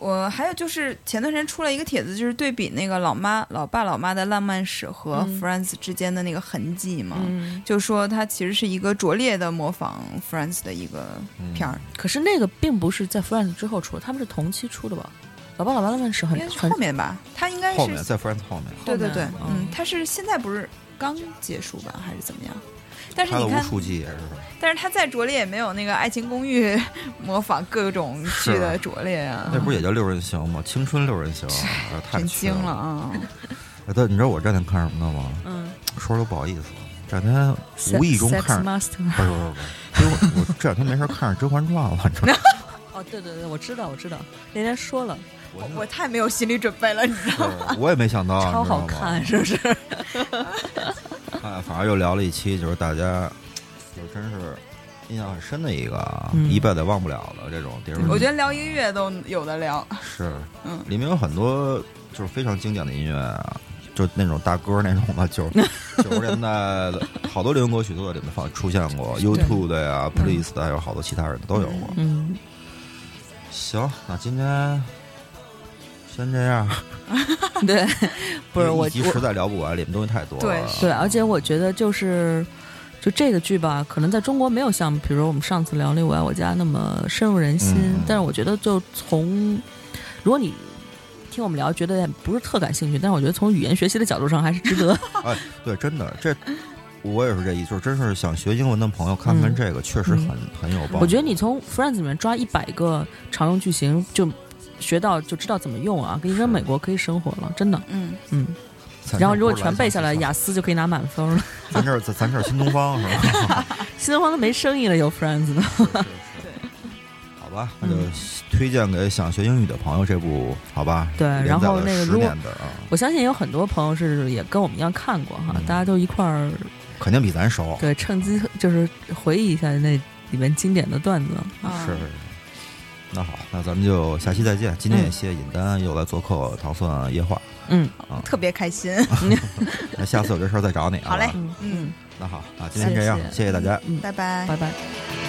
Speaker 10: 我还有就是前段时间出了一个帖子，就是对比那个老妈、老爸、老妈的浪漫史和
Speaker 8: 嗯
Speaker 10: Friends 之间的那个痕迹嘛，
Speaker 8: 嗯
Speaker 10: 就说它其实是一个拙劣的模仿 Friends 的一个片儿，
Speaker 8: 可是那个并不是在 Friends 之后出的，他们是同期出的吧？老爸老妈浪漫是很
Speaker 10: 应该是
Speaker 8: 很
Speaker 10: 后面吧，它应该
Speaker 9: 嗯后
Speaker 10: 是
Speaker 9: 面在 Friends 后面
Speaker 10: 对对
Speaker 8: 后面
Speaker 10: 对，
Speaker 8: 嗯
Speaker 10: 嗯，它是现在不是刚结束吧，还是怎么样？但是
Speaker 9: 拍了
Speaker 10: 你
Speaker 9: 无
Speaker 10: 看，
Speaker 9: 数季也是。
Speaker 10: 但是它再拙劣也没有那个《爱情公寓》模仿各种剧
Speaker 9: 是
Speaker 10: 的拙劣啊
Speaker 9: 那，不是也叫六人行吗？青春六人行，哎太
Speaker 10: 真
Speaker 9: 缺
Speaker 10: 惊了。啊！
Speaker 9: 哎但你知道我这两天看什么的吗？
Speaker 8: 嗯，
Speaker 9: 说出来不好意思，这两天无意中
Speaker 8: Sex
Speaker 9: 看着，
Speaker 8: Master
Speaker 9: 不是不是不是，因为我我这两天没事儿看着《甄嬛传》了，你知道吗？
Speaker 8: 哦，对对对，我知道我知道，那天说了，
Speaker 10: 我我太没有心理准备了，你知道吗？
Speaker 9: 是我也没想
Speaker 10: [laughs]
Speaker 9: 到，
Speaker 8: 超
Speaker 9: 啊你知道
Speaker 8: 好
Speaker 9: 吗
Speaker 8: 看，是不是？
Speaker 9: 哎，反正又聊了一期，就是大家就真是印象很深的一个啊，
Speaker 8: 嗯
Speaker 9: 一辈子忘不了的这种电视剧。
Speaker 10: 我觉得聊音乐都有的聊，
Speaker 9: 是，
Speaker 10: 嗯
Speaker 9: 里面有很多就是非常经典的音乐啊，就那种大歌那种的，就是 [laughs] 九十年代的好多流行歌曲都在里面放出现过，YouTube 的呀、Police 的，还有好多其他人的都有过。
Speaker 8: 嗯，
Speaker 9: 行，那今天先这样，
Speaker 8: [laughs] 对，不是
Speaker 9: 因为
Speaker 8: 我
Speaker 9: 一集
Speaker 8: 我
Speaker 9: 实在聊不完，里面东西太多了。
Speaker 10: 对
Speaker 8: 对，而且我觉得就是。就这个剧吧，可能在中国没有像，比如我们上次聊那《我爱我家》那么深入人心。
Speaker 9: 嗯
Speaker 8: 但是我觉得，就从如果你听我们聊，觉得不是特感兴趣，但是我觉得从语言学习的角度上，还是值得。
Speaker 9: 哎，对，真的这。我也是这意思，就是真是想学英文的朋友看看
Speaker 8: 嗯
Speaker 9: 这个，确实很、很有帮助。
Speaker 8: 我觉得你从 Friends 里面抓一百个常用句型，就学到就知道怎么用啊，可以跟美国可以生活了，真的。
Speaker 10: 嗯，
Speaker 8: 嗯，
Speaker 9: 咱
Speaker 8: 然后
Speaker 9: 这
Speaker 8: 如果
Speaker 9: 不是来
Speaker 8: 全背下来，
Speaker 9: 咱
Speaker 8: 雅思就可以拿满分了。
Speaker 9: 咱这儿咱咱这儿新东方是吧？
Speaker 8: 新东方都没生意了，有 Friends 的。
Speaker 9: 好吧，
Speaker 8: 嗯
Speaker 9: 那就推荐给想学英语的朋友这部，好吧？
Speaker 8: 对
Speaker 9: 连载
Speaker 8: 然后
Speaker 9: 了
Speaker 8: 那个
Speaker 9: 十
Speaker 8: 如果
Speaker 9: 年的啊，
Speaker 8: 我相信也有很多朋友是也跟我们一样看过哈，
Speaker 9: 嗯
Speaker 8: 大家都一块儿
Speaker 9: 肯定比咱熟。
Speaker 8: 对，趁机就是回忆一下那里面经典的段子。
Speaker 10: 啊
Speaker 9: 是。那好，那咱们就下期再见。今天也谢谢尹丹又来做客糖蒜夜话，啊
Speaker 8: 嗯，
Speaker 10: 特别开心。
Speaker 9: 那下次有这事儿再找你。
Speaker 10: 好嘞
Speaker 9: 吧
Speaker 8: 嗯
Speaker 10: 嗯，
Speaker 9: 那好，那今天这样
Speaker 8: 谢，谢
Speaker 9: 谢谢大家。
Speaker 8: 嗯，
Speaker 10: 拜拜。
Speaker 8: 拜拜。
Speaker 4: 拜